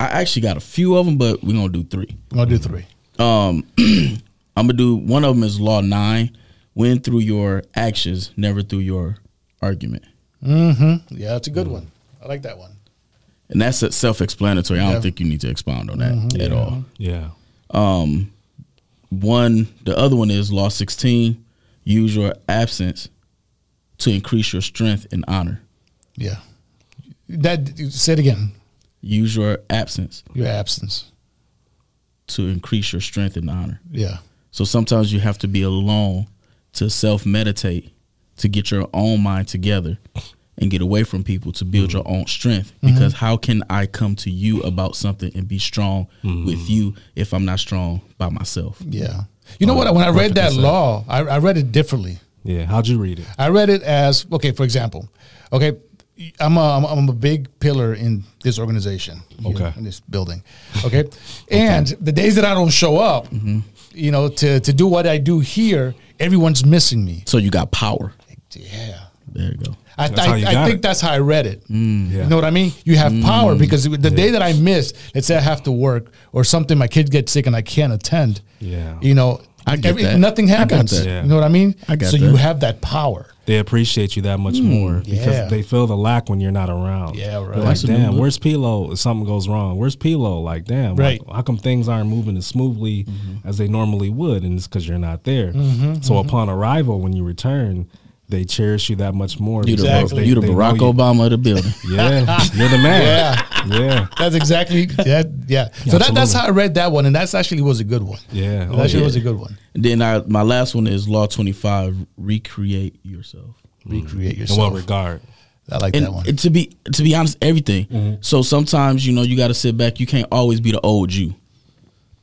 [SPEAKER 3] I actually got a few of them, but we're gonna do three.
[SPEAKER 1] I'm going to do three.
[SPEAKER 3] Um, I'm gonna do one of them is Law Nine: Win through your actions, never through your argument.
[SPEAKER 1] Mm-hmm. Yeah, that's a good one. I like that one.
[SPEAKER 3] And that's self-explanatory. I don't
[SPEAKER 1] Yeah.
[SPEAKER 3] think you need to expound on that at all.
[SPEAKER 2] Yeah.
[SPEAKER 3] Um, one, the other one is Law 16. Use your absence to increase your strength and honor.
[SPEAKER 1] Yeah, that say it again.
[SPEAKER 3] Use your absence
[SPEAKER 1] Your absence.
[SPEAKER 3] to increase your strength and honor.
[SPEAKER 1] Yeah,
[SPEAKER 3] So sometimes you have to be alone to self meditate, to get your own mind together and get away from people to build your own strength.
[SPEAKER 2] Mm-hmm.
[SPEAKER 3] Because how can I come to you about something and be strong
[SPEAKER 2] Mm-hmm.
[SPEAKER 3] with you if I'm not strong by myself?
[SPEAKER 1] yeah. You know what? When I read that
[SPEAKER 2] 100%.
[SPEAKER 1] law, I, I read it differently.
[SPEAKER 2] Yeah. How'd you read it?
[SPEAKER 1] I read it as okay. For example, okay, I'm a I'm, I'm a big pillar in this organization. you know,
[SPEAKER 2] Okay.
[SPEAKER 1] in this building. Okay, and the days that I don't show up,
[SPEAKER 2] Mm-hmm.
[SPEAKER 1] you know, to to do what I do here, everyone's missing me.
[SPEAKER 3] So you got power.
[SPEAKER 1] Yeah.
[SPEAKER 3] There you go.
[SPEAKER 1] I,
[SPEAKER 2] That's how you
[SPEAKER 1] I, I
[SPEAKER 2] got
[SPEAKER 1] think
[SPEAKER 2] it. Mm.
[SPEAKER 1] that's how I read it.
[SPEAKER 2] Yeah. Mm.
[SPEAKER 1] You know what I mean? You have power because the day that I miss, let's say I have to work or something, my kid gets sick and I can't attend.
[SPEAKER 2] Yeah.
[SPEAKER 1] You know,
[SPEAKER 3] I get that.
[SPEAKER 1] nothing
[SPEAKER 3] I got
[SPEAKER 1] happens.
[SPEAKER 3] that.
[SPEAKER 2] Yeah.
[SPEAKER 1] You know what I mean?
[SPEAKER 3] I got
[SPEAKER 1] so you
[SPEAKER 3] that.
[SPEAKER 1] have that power.
[SPEAKER 2] they appreciate you that much more because
[SPEAKER 1] Hmm. yeah.
[SPEAKER 2] they feel the lack when you're not around.
[SPEAKER 1] Yeah, right.
[SPEAKER 2] They're Like,
[SPEAKER 1] That's
[SPEAKER 3] a new
[SPEAKER 2] damn,
[SPEAKER 3] look.
[SPEAKER 2] where's Pilo? If something goes wrong, where's Pilo? Like, damn,
[SPEAKER 1] Right. Mm-hmm.
[SPEAKER 2] like, how come things aren't moving as smoothly as they normally would? And it's because you're not there. So upon arrival, when you return, they cherish you that much more.
[SPEAKER 3] You the,
[SPEAKER 2] because
[SPEAKER 1] Exactly.
[SPEAKER 2] they-
[SPEAKER 3] you the
[SPEAKER 2] they know
[SPEAKER 3] Barack
[SPEAKER 2] you.
[SPEAKER 3] Obama of the building.
[SPEAKER 2] Yeah, you're the man. Yeah, yeah,
[SPEAKER 1] That's exactly that. Yeah. So that, that's
[SPEAKER 2] absolutely.
[SPEAKER 1] how I read that one, and that's actually was a good one.
[SPEAKER 2] yeah.
[SPEAKER 1] That
[SPEAKER 2] Oh,
[SPEAKER 1] actually
[SPEAKER 2] yeah.
[SPEAKER 1] was a good one.
[SPEAKER 3] then I, my last one is Law 25 recreate yourself.
[SPEAKER 1] Recreate
[SPEAKER 2] In what
[SPEAKER 1] yourself.
[SPEAKER 2] regard?
[SPEAKER 1] I like
[SPEAKER 3] and
[SPEAKER 1] that one.
[SPEAKER 3] and to be to be honest, everything.
[SPEAKER 2] Mm-hmm.
[SPEAKER 3] So sometimes you know you got to sit back. You can't always be the old you.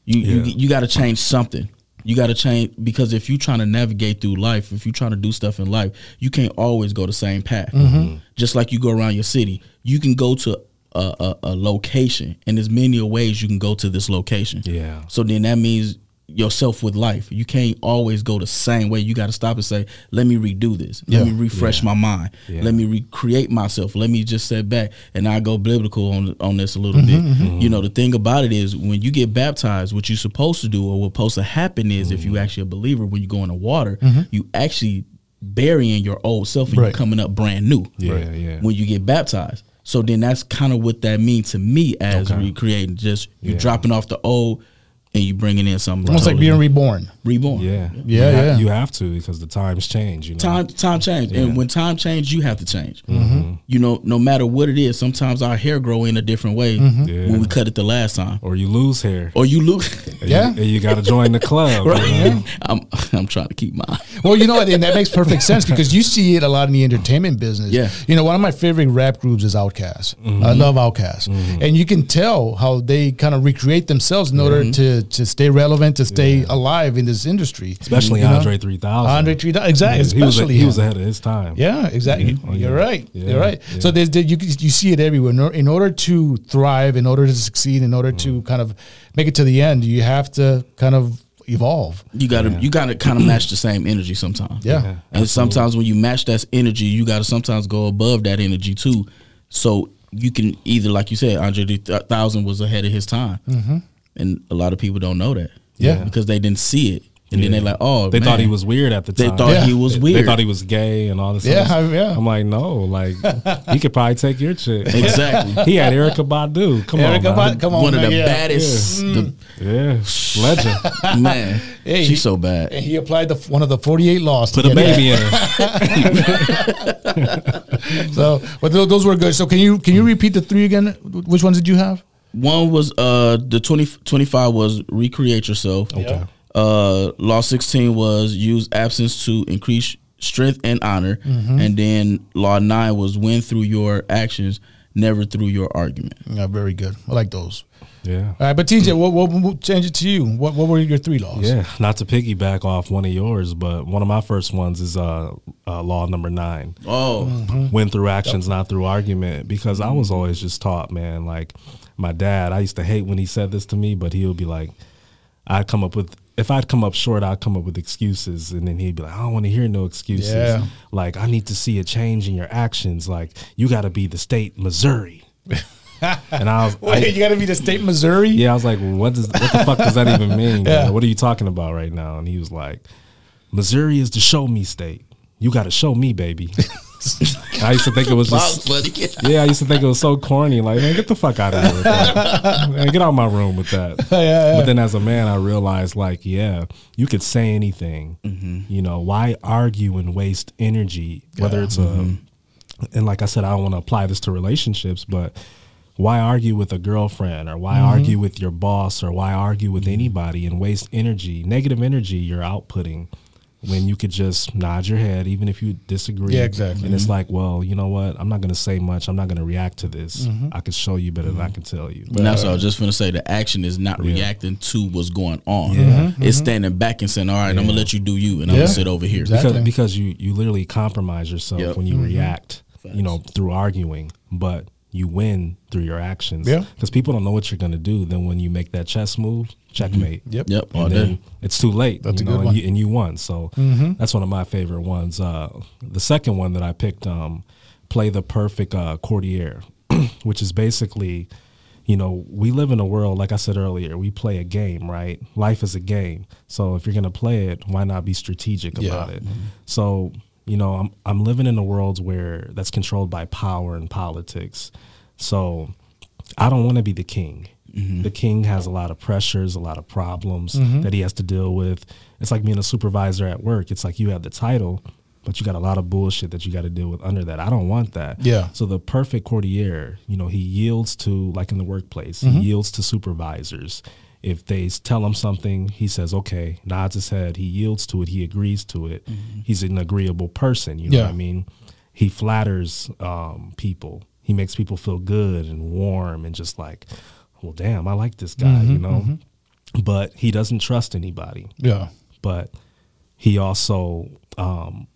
[SPEAKER 3] You you,
[SPEAKER 2] Yeah.
[SPEAKER 3] you got to change something. You got to change because if you're trying to navigate through life, if you're trying to do stuff in life, you can't always go the same path.
[SPEAKER 2] Mm-hmm.
[SPEAKER 3] Just like you go around your city, you can go to a, a, a location, and there's many ways you can go to this location.
[SPEAKER 2] Yeah.
[SPEAKER 3] So then that means yourself with life. You can't always go the same way. You got to stop and say, "Let me redo this. Let me refresh my mind.
[SPEAKER 2] Yeah.
[SPEAKER 3] Let me recreate myself. Let me just sit back." And I go biblical on on this a little bit. You know, the thing about it is when you get baptized, what you're supposed to do or what's supposed to happen is
[SPEAKER 2] Mm-hmm.
[SPEAKER 3] if you actually a believer when you go in the water, you actually burying your old self and
[SPEAKER 1] Right.
[SPEAKER 3] you're coming up brand new
[SPEAKER 2] Yeah, yeah.
[SPEAKER 3] when you get baptized. So then that's kind of what that means to me as
[SPEAKER 2] Okay.
[SPEAKER 3] recreating. Just you
[SPEAKER 2] Yeah.
[SPEAKER 3] dropping off the old and you bringing in something
[SPEAKER 1] Almost like
[SPEAKER 3] totally
[SPEAKER 1] being reborn.
[SPEAKER 3] reborn.
[SPEAKER 2] Yeah,
[SPEAKER 1] Yeah,
[SPEAKER 2] you ha-
[SPEAKER 1] yeah.
[SPEAKER 2] you have to because the times change. You know,
[SPEAKER 3] Time time change, and when time change, you have to change.
[SPEAKER 2] Mm-hmm.
[SPEAKER 1] Mm-hmm.
[SPEAKER 3] You know, no matter what it is, sometimes our hair grow in a different way
[SPEAKER 1] Mm-hmm.
[SPEAKER 2] Yeah.
[SPEAKER 3] when we cut it the last time,
[SPEAKER 2] or you lose hair.
[SPEAKER 3] or you look.
[SPEAKER 2] And
[SPEAKER 1] Yeah.
[SPEAKER 2] you, and you got to join the club. you know?
[SPEAKER 3] I'm I'm trying to keep mine.
[SPEAKER 1] Well, you know what, and that makes perfect sense because you see it a lot in the entertainment business.
[SPEAKER 3] Yeah.
[SPEAKER 1] You know, one of my favorite rap groups is Outkast.
[SPEAKER 2] Mm-hmm.
[SPEAKER 1] I love Outkast. And you can tell how they kind of recreate themselves in order to,
[SPEAKER 2] Mm-hmm.
[SPEAKER 1] to stay relevant, to stay alive in this industry.
[SPEAKER 2] Especially
[SPEAKER 1] You know?
[SPEAKER 2] Andre three thousand.
[SPEAKER 1] Andre 3000. Exactly.
[SPEAKER 2] he was,
[SPEAKER 1] Especially
[SPEAKER 2] he
[SPEAKER 1] him.
[SPEAKER 2] was ahead of his time.
[SPEAKER 1] Yeah, exactly.
[SPEAKER 2] Yeah. Oh,
[SPEAKER 1] You're
[SPEAKER 2] yeah.
[SPEAKER 1] right.
[SPEAKER 2] Yeah.
[SPEAKER 1] You're right. So
[SPEAKER 2] Yeah.
[SPEAKER 1] there's, there, you you see it everywhere. In or- In order to thrive, in order to succeed, in order
[SPEAKER 2] Mm.
[SPEAKER 1] to kind of make it to the end, you have to kind of evolve.
[SPEAKER 3] You gotta you gotta kind of match the same energy sometimes.
[SPEAKER 1] Yeah.
[SPEAKER 2] Yeah.
[SPEAKER 3] And sometimes when you match that energy, you got to sometimes go above that energy too. So you can either, like you said, Andre three thousand was ahead of his time, and a lot of people don't know that.
[SPEAKER 1] Mm-hmm. Yeah.
[SPEAKER 3] because they didn't see it, and
[SPEAKER 2] Yeah.
[SPEAKER 3] then they're like, "Oh,
[SPEAKER 2] They thought he
[SPEAKER 3] man,
[SPEAKER 2] was weird at the
[SPEAKER 3] They
[SPEAKER 2] time.
[SPEAKER 3] thought
[SPEAKER 1] Yeah.
[SPEAKER 3] he was
[SPEAKER 2] They-
[SPEAKER 3] weird.
[SPEAKER 2] They thought he was gay and all this.
[SPEAKER 1] Yeah,
[SPEAKER 2] other stuff.
[SPEAKER 1] yeah.
[SPEAKER 2] I'm like, no, like he could probably take your chick.
[SPEAKER 3] exactly
[SPEAKER 2] he had Erica Badu. Come
[SPEAKER 1] Erica
[SPEAKER 2] on, man.
[SPEAKER 1] Badu- come on,
[SPEAKER 3] one of
[SPEAKER 1] man,
[SPEAKER 3] the
[SPEAKER 1] yeah.
[SPEAKER 3] baddest.
[SPEAKER 2] Yeah, legend.
[SPEAKER 3] The, man,
[SPEAKER 1] Hey, he-
[SPEAKER 3] she's so bad.
[SPEAKER 1] And he applied the f- one of the 48 laws. to
[SPEAKER 2] Put a
[SPEAKER 1] get
[SPEAKER 2] baby in her.
[SPEAKER 1] that. So, but tho- those were good. So can you can you repeat the three again? Which ones did you have?
[SPEAKER 3] One was uh the 20, 25 was recreate yourself.
[SPEAKER 2] Okay.
[SPEAKER 3] Uh, law sixteen was use absence to increase strength and honor,
[SPEAKER 2] Mm-hmm.
[SPEAKER 3] and then law nine was win through your actions, never through your argument.
[SPEAKER 1] Yeah, very good. I like those.
[SPEAKER 2] Yeah.
[SPEAKER 1] All right, but TJ, what what we'll change it to you? What what were your three laws?
[SPEAKER 2] Mm. Yeah, not to piggyback off one of yours, but one of my first ones is uh, uh law number nine:
[SPEAKER 3] Oh,
[SPEAKER 1] Mm-hmm.
[SPEAKER 2] win through actions, not through argument. Because I was always just taught, man. Like my dad, I used to hate when he said this to me, but he would be like, "I'd come up with if I'd come up short, I'd come up with excuses, and then he'd be like, I don't want to hear no excuses.
[SPEAKER 1] Yeah.
[SPEAKER 2] Like I need to see a change in your actions. Like you got to be the state Missouri." and I was, I-
[SPEAKER 1] Wait, you got to be the state Missouri.
[SPEAKER 2] yeah, I was like, what does what the fuck does that even mean?
[SPEAKER 1] Yeah.
[SPEAKER 2] man? What are you talking about right now? And he was like, Missouri is the show me state. You got to show me, baby. I used to think it was
[SPEAKER 3] Bob's
[SPEAKER 2] just.
[SPEAKER 3] buddy.
[SPEAKER 2] Yeah, I used to think it was so corny. Like, man, get the fuck out of here with that. Man, get out of my room with that.
[SPEAKER 1] yeah.
[SPEAKER 2] But then as a man, I realized, like, yeah, you could say anything.
[SPEAKER 1] Mm-hmm.
[SPEAKER 2] You know, why argue and waste energy, whether it's
[SPEAKER 1] Mm-hmm.
[SPEAKER 2] a, and like I said, I don't want to apply this to relationships, but why argue with a girlfriend or why
[SPEAKER 1] Mm-hmm.
[SPEAKER 2] argue with your boss or why argue with anybody and waste energy, negative energy you're outputting when you could just nod your head, even if you disagree.
[SPEAKER 1] Yeah, exactly.
[SPEAKER 2] And it's like, well, you know what? I'm not going to say much. I'm not going to react to this.
[SPEAKER 1] Mm-hmm.
[SPEAKER 2] I can show you better than I can tell you.
[SPEAKER 3] And that's what I was just gonna say. The action is not reacting to what's going on.
[SPEAKER 2] Mm-hmm.
[SPEAKER 3] It's standing back and saying, "All right, I'm gonna let you do you, and I'm
[SPEAKER 1] Yeah.
[SPEAKER 3] gonna sit over here."
[SPEAKER 1] Exactly. Mm-hmm.
[SPEAKER 2] because because you you literally compromise yourself
[SPEAKER 3] Yep.
[SPEAKER 2] when you react you know through arguing but you win through your actions
[SPEAKER 1] Yeah.
[SPEAKER 2] because people don't know what you're going to do then when you make that chess move checkmate
[SPEAKER 1] Yep.
[SPEAKER 3] Yep, all
[SPEAKER 2] and
[SPEAKER 3] day.
[SPEAKER 2] then it's too late
[SPEAKER 1] Oh, That's
[SPEAKER 2] you
[SPEAKER 1] a good
[SPEAKER 2] know and,
[SPEAKER 1] one. Mm-hmm.
[SPEAKER 2] You, and you won so that's one of my favorite ones uh, the second one that i picked um, play the perfect uh, courtier which is basically you know we live in a world like i said earlier we play a game right life is a game so if you're going to play it why not be strategic
[SPEAKER 1] Yeah.
[SPEAKER 2] about it so you know i'm i'm living in a world where that's controlled by power and politics so i don't want to be the king the king has a lot of pressures a lot of problems that he has to deal with it's like being a supervisor at work it's like you have the title but you got a lot of bullshit that you got to deal with under that i don't want that
[SPEAKER 1] Yeah.
[SPEAKER 2] so the perfect courtier, you know, he yields to like in the workplace, he yields to supervisors. If they s- tell him something, he says okay, nods his head, he yields to it, he agrees to it. He's an agreeable person, you know
[SPEAKER 1] Yeah.
[SPEAKER 2] what I mean? He flatters um, people. He makes people feel good and warm and just like, well, damn, I like this guy, you know. but he doesn't trust anybody.
[SPEAKER 1] Yeah.
[SPEAKER 2] But he also um,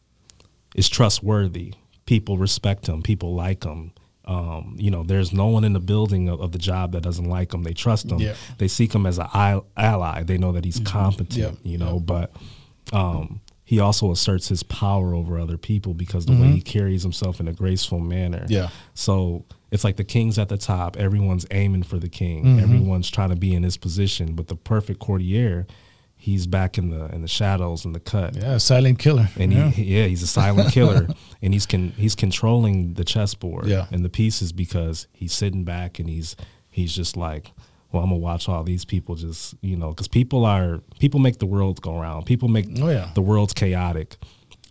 [SPEAKER 2] is trustworthy. People respect him. People like him. Um, you know, there's no one in the building of, of the job that doesn't like him. They trust him.
[SPEAKER 1] Yeah. Mm-hmm.
[SPEAKER 2] They seek him as an al- ally. They know that he's competent.
[SPEAKER 1] Yeah.
[SPEAKER 2] You know, but um, he also asserts his power over other people because the way he carries himself in a graceful manner.
[SPEAKER 1] Mm-hmm. Yeah.
[SPEAKER 2] So it's like the king's at the top. Everyone's aiming for the king.
[SPEAKER 1] Mm-hmm.
[SPEAKER 2] Everyone's trying to be in his position. But the perfect courtier, he's back in the in the shadows in the cut.
[SPEAKER 1] Yeah. Silent killer.
[SPEAKER 2] And
[SPEAKER 1] yeah.
[SPEAKER 2] he, yeah, he's a silent killer, and he's con, he's controlling the chessboard
[SPEAKER 1] Yeah.
[SPEAKER 2] and the pieces because he's sitting back and he's he's just like, well, I'm gonna watch all these people just you know because people are people make the world go round. People make
[SPEAKER 1] Oh, yeah.
[SPEAKER 2] the world's chaotic,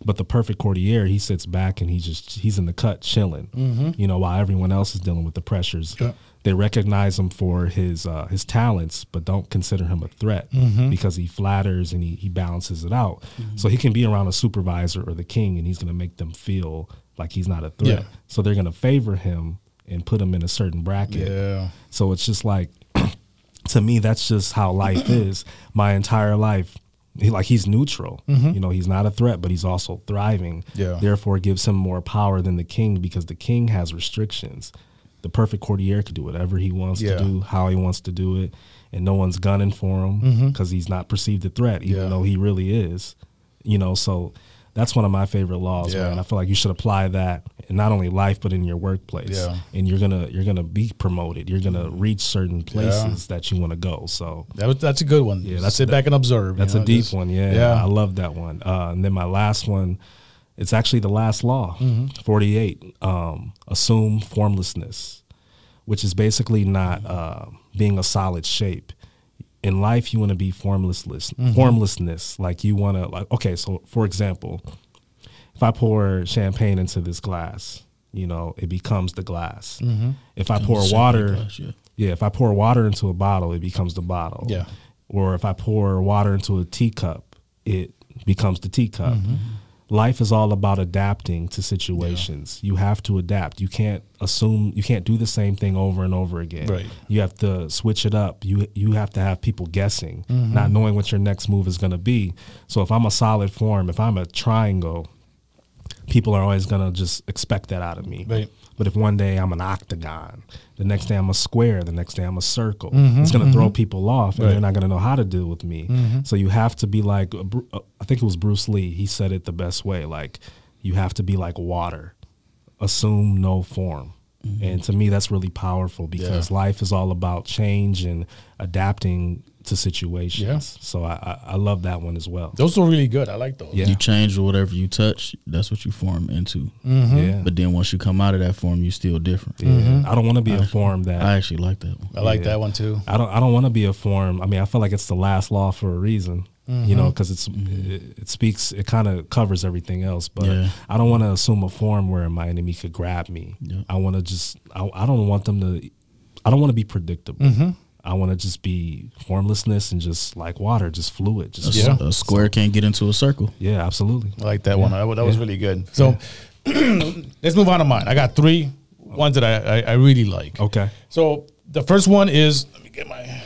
[SPEAKER 2] but the perfect courtier he sits back and he just he's in the cut chilling, you know, while everyone else is dealing with the pressures.
[SPEAKER 1] Mm-hmm. Yeah.
[SPEAKER 2] They recognize him for his uh, his talents, but don't consider him a threat
[SPEAKER 1] Mm-hmm.
[SPEAKER 2] because he flatters and he, he balances it out. So he can be around a supervisor or the king, and he's going to make them feel like he's not a threat.
[SPEAKER 1] Yeah.
[SPEAKER 2] So they're going to favor him and put him in a certain bracket.
[SPEAKER 1] Yeah.
[SPEAKER 2] So it's just like, to me, that's just how life is. My entire life, he, like he's neutral. You know, he's not a threat, but he's also thriving.
[SPEAKER 1] Mm-hmm. Yeah.
[SPEAKER 2] Therefore, it gives him more power than the king because the king has restrictions. The perfect courtier could do whatever he wants
[SPEAKER 1] Yeah.
[SPEAKER 2] to do, how he wants to do it, and no one's gunning for him because he's not perceived a threat, even
[SPEAKER 1] Mm-hmm. Yeah.
[SPEAKER 2] though he really is. You know, so that's one of my favorite laws,
[SPEAKER 1] Yeah.
[SPEAKER 2] man. I feel like you should apply that in not only life but in your workplace
[SPEAKER 1] Yeah. Mm.
[SPEAKER 2] and you're gonna you're gonna be promoted. You're gonna reach certain places that you want to go. So
[SPEAKER 1] That was, that's a good one. Yeah.
[SPEAKER 2] that's-
[SPEAKER 1] Sit back and observe. you
[SPEAKER 2] that's
[SPEAKER 1] know,
[SPEAKER 2] a deep
[SPEAKER 1] just-
[SPEAKER 2] one. Yeah, I
[SPEAKER 1] Yeah.
[SPEAKER 2] love that one. Uh, and then my last one, it's actually the last law,
[SPEAKER 1] Mm-hmm.
[SPEAKER 2] forty eight. Um, assume formlessness, which is basically not uh, being a solid shape. In life, you want to be formlessless,
[SPEAKER 1] Mm-hmm.
[SPEAKER 2] formlessness. Like you want to like okay. So for example, if I pour champagne into this glass, you know, it becomes the glass. If I pour
[SPEAKER 3] separate
[SPEAKER 2] water,
[SPEAKER 3] glass, yeah.
[SPEAKER 2] yeah, if I pour water into a bottle, it becomes the bottle.
[SPEAKER 1] Yeah.
[SPEAKER 2] Or if I pour water into a teacup, it becomes the teacup. Life is all about adapting to situations. You have to adapt. You can't assume you can't do the same thing over and over again.
[SPEAKER 1] Right.
[SPEAKER 2] You have to switch it up. You you have to have people guessing, not knowing what your next move is going to be. So if I'm a solid form, if I'm a triangle, people are always gonna just expect that out of me.
[SPEAKER 1] Right.
[SPEAKER 2] But if one day I'm an octagon, the next day I'm a square, the next day I'm a circle, it's gonna throw people
[SPEAKER 1] Mm-hmm, Right.
[SPEAKER 2] off, and
[SPEAKER 1] Mm-hmm.
[SPEAKER 2] they're not gonna know how to deal with me. So you have to be like, uh, Bru- uh, I think it was Bruce Lee. He said it the best way. Like, you have to be like water, assume no form.
[SPEAKER 3] Mm-hmm.
[SPEAKER 2] And to me, that's really powerful because life is all about change and adapting to situations.
[SPEAKER 1] Yeah.
[SPEAKER 2] So I, I, I love that one as well.
[SPEAKER 1] Those are really good. I like those.
[SPEAKER 2] Yeah.
[SPEAKER 3] You change whatever you touch. That's what you form into.
[SPEAKER 1] Mm-hmm.
[SPEAKER 2] Yeah.
[SPEAKER 3] But then once you come out of that form, you still different.
[SPEAKER 2] Mm. Yeah. I don't want to be
[SPEAKER 1] Uh-huh.
[SPEAKER 2] a form that
[SPEAKER 3] I actually like that one.
[SPEAKER 1] I like
[SPEAKER 2] Yeah.
[SPEAKER 1] that one too.
[SPEAKER 2] I don't I don't want to be a form. I mean, I feel like it's the last law for a reason. You
[SPEAKER 1] Mm-hmm.
[SPEAKER 2] know, because it's it, it speaks. It kind of covers everything else. But
[SPEAKER 3] Yeah.
[SPEAKER 2] I don't want to assume a form where my enemy could grab me. I want to just. I, I don't want them to. I don't want to be predictable.
[SPEAKER 1] Mm-hmm.
[SPEAKER 2] I want to just be formlessness and just like water, just fluid. Just
[SPEAKER 1] Yeah.
[SPEAKER 3] A square can't get into a circle.
[SPEAKER 2] yeah, absolutely.
[SPEAKER 1] I like that one. That wa- that was really good. So let's move on to mine. I got three ones that I, I, I really like.
[SPEAKER 2] Okay.
[SPEAKER 1] So the first one is let me get my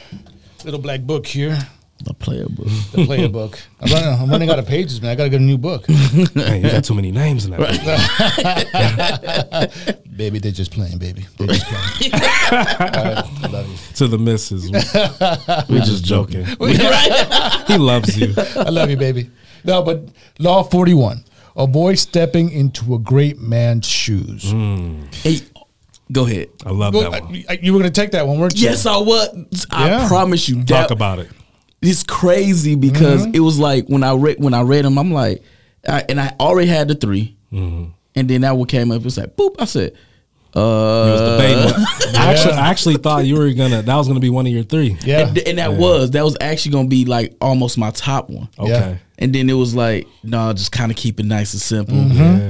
[SPEAKER 1] little black book here,
[SPEAKER 3] The player book.
[SPEAKER 1] the player book. I'm running, I'm running out of pages, man. I gotta get a new book.
[SPEAKER 2] Man, you got too many names in that.
[SPEAKER 1] baby, they're just playing, baby. They're just playing. All right, I love you.
[SPEAKER 2] To the misses, we're just joking. he loves you.
[SPEAKER 1] I love you, baby. No, but Law 41. Avoid stepping into a great man's shoes.
[SPEAKER 3] Hey, go ahead.
[SPEAKER 2] I Mm. love
[SPEAKER 1] Well,
[SPEAKER 2] that one.
[SPEAKER 1] I- I- you were going to take that one, weren't you?
[SPEAKER 3] Yes, I was. I
[SPEAKER 1] Yeah.
[SPEAKER 3] promise you.
[SPEAKER 2] Talk
[SPEAKER 3] that-
[SPEAKER 2] about it.
[SPEAKER 3] It's crazy because
[SPEAKER 1] Mm-hmm.
[SPEAKER 3] it was like when I read when I read them, I'm like, I, and I already had the 3
[SPEAKER 2] Mm-hmm.
[SPEAKER 3] and then that one came up. It's like, boop. I said,
[SPEAKER 2] It
[SPEAKER 3] uh,
[SPEAKER 2] was debating. I actually, I actually thought you were gonna. That was gonna be one of your three.
[SPEAKER 1] Yeah.
[SPEAKER 3] and, and that was that was actually gonna be like almost my top one.
[SPEAKER 2] Okay.
[SPEAKER 1] Yeah.
[SPEAKER 3] And then it was like, no, nah, just kind of keep it nice and simple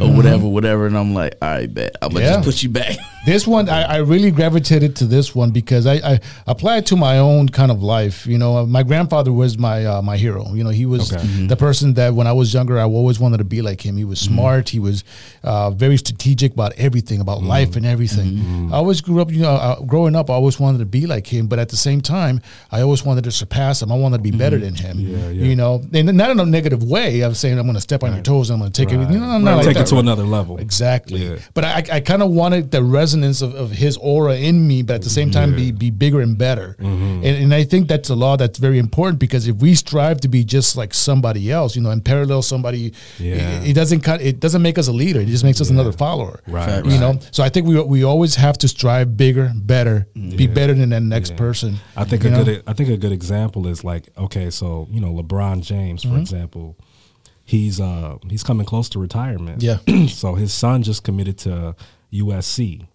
[SPEAKER 3] or whatever, whatever. And I'm like, all right, bet. I'm going to
[SPEAKER 1] Mm-hmm. Yeah.
[SPEAKER 3] just put you back.
[SPEAKER 1] This one, I, I really gravitated to this one because I, I applied to my own kind of life. You know, my grandfather was my uh, my hero. You know, he was
[SPEAKER 2] Okay.
[SPEAKER 1] the person that when I was younger, I always wanted to be like him. He was
[SPEAKER 2] Mm-hmm.
[SPEAKER 1] smart. He was uh, very strategic about everything, about
[SPEAKER 2] Mm-hmm.
[SPEAKER 1] life and everything. I always grew up, you know, uh, growing up, I always wanted to be like him. But at the same time, I always wanted to surpass him. I wanted to be better than him.
[SPEAKER 2] Mm-hmm. Yeah, yeah.
[SPEAKER 1] You know, and not in a negative way. I'm saying I'm going to step on your toes. and I'm going to take everything. No, no, no, like
[SPEAKER 2] take
[SPEAKER 1] that.
[SPEAKER 2] it to another level.
[SPEAKER 1] Exactly.
[SPEAKER 2] Yeah.
[SPEAKER 1] But I, I kind of wanted the resonance of, of his aura in me, but at the same time, be, be bigger and better.
[SPEAKER 2] Mm-hmm.
[SPEAKER 1] And, and I think that's a law that's very important because if we strive to be just like somebody else, you know, and parallel somebody,
[SPEAKER 2] Yeah.
[SPEAKER 1] it, it doesn't cut, it doesn't make us a leader. It just makes us another follower.
[SPEAKER 2] Right,
[SPEAKER 1] You know, so I think we, we always have to strive bigger, better, be better than that next person.
[SPEAKER 2] I think
[SPEAKER 1] you
[SPEAKER 2] a
[SPEAKER 1] know?
[SPEAKER 2] good e, I think a good example is like okay, so you know LeBron James,
[SPEAKER 1] Mm-hmm.
[SPEAKER 2] for example, he's uh he's coming close to retirement.
[SPEAKER 1] Yeah.
[SPEAKER 2] so his son just committed to USC,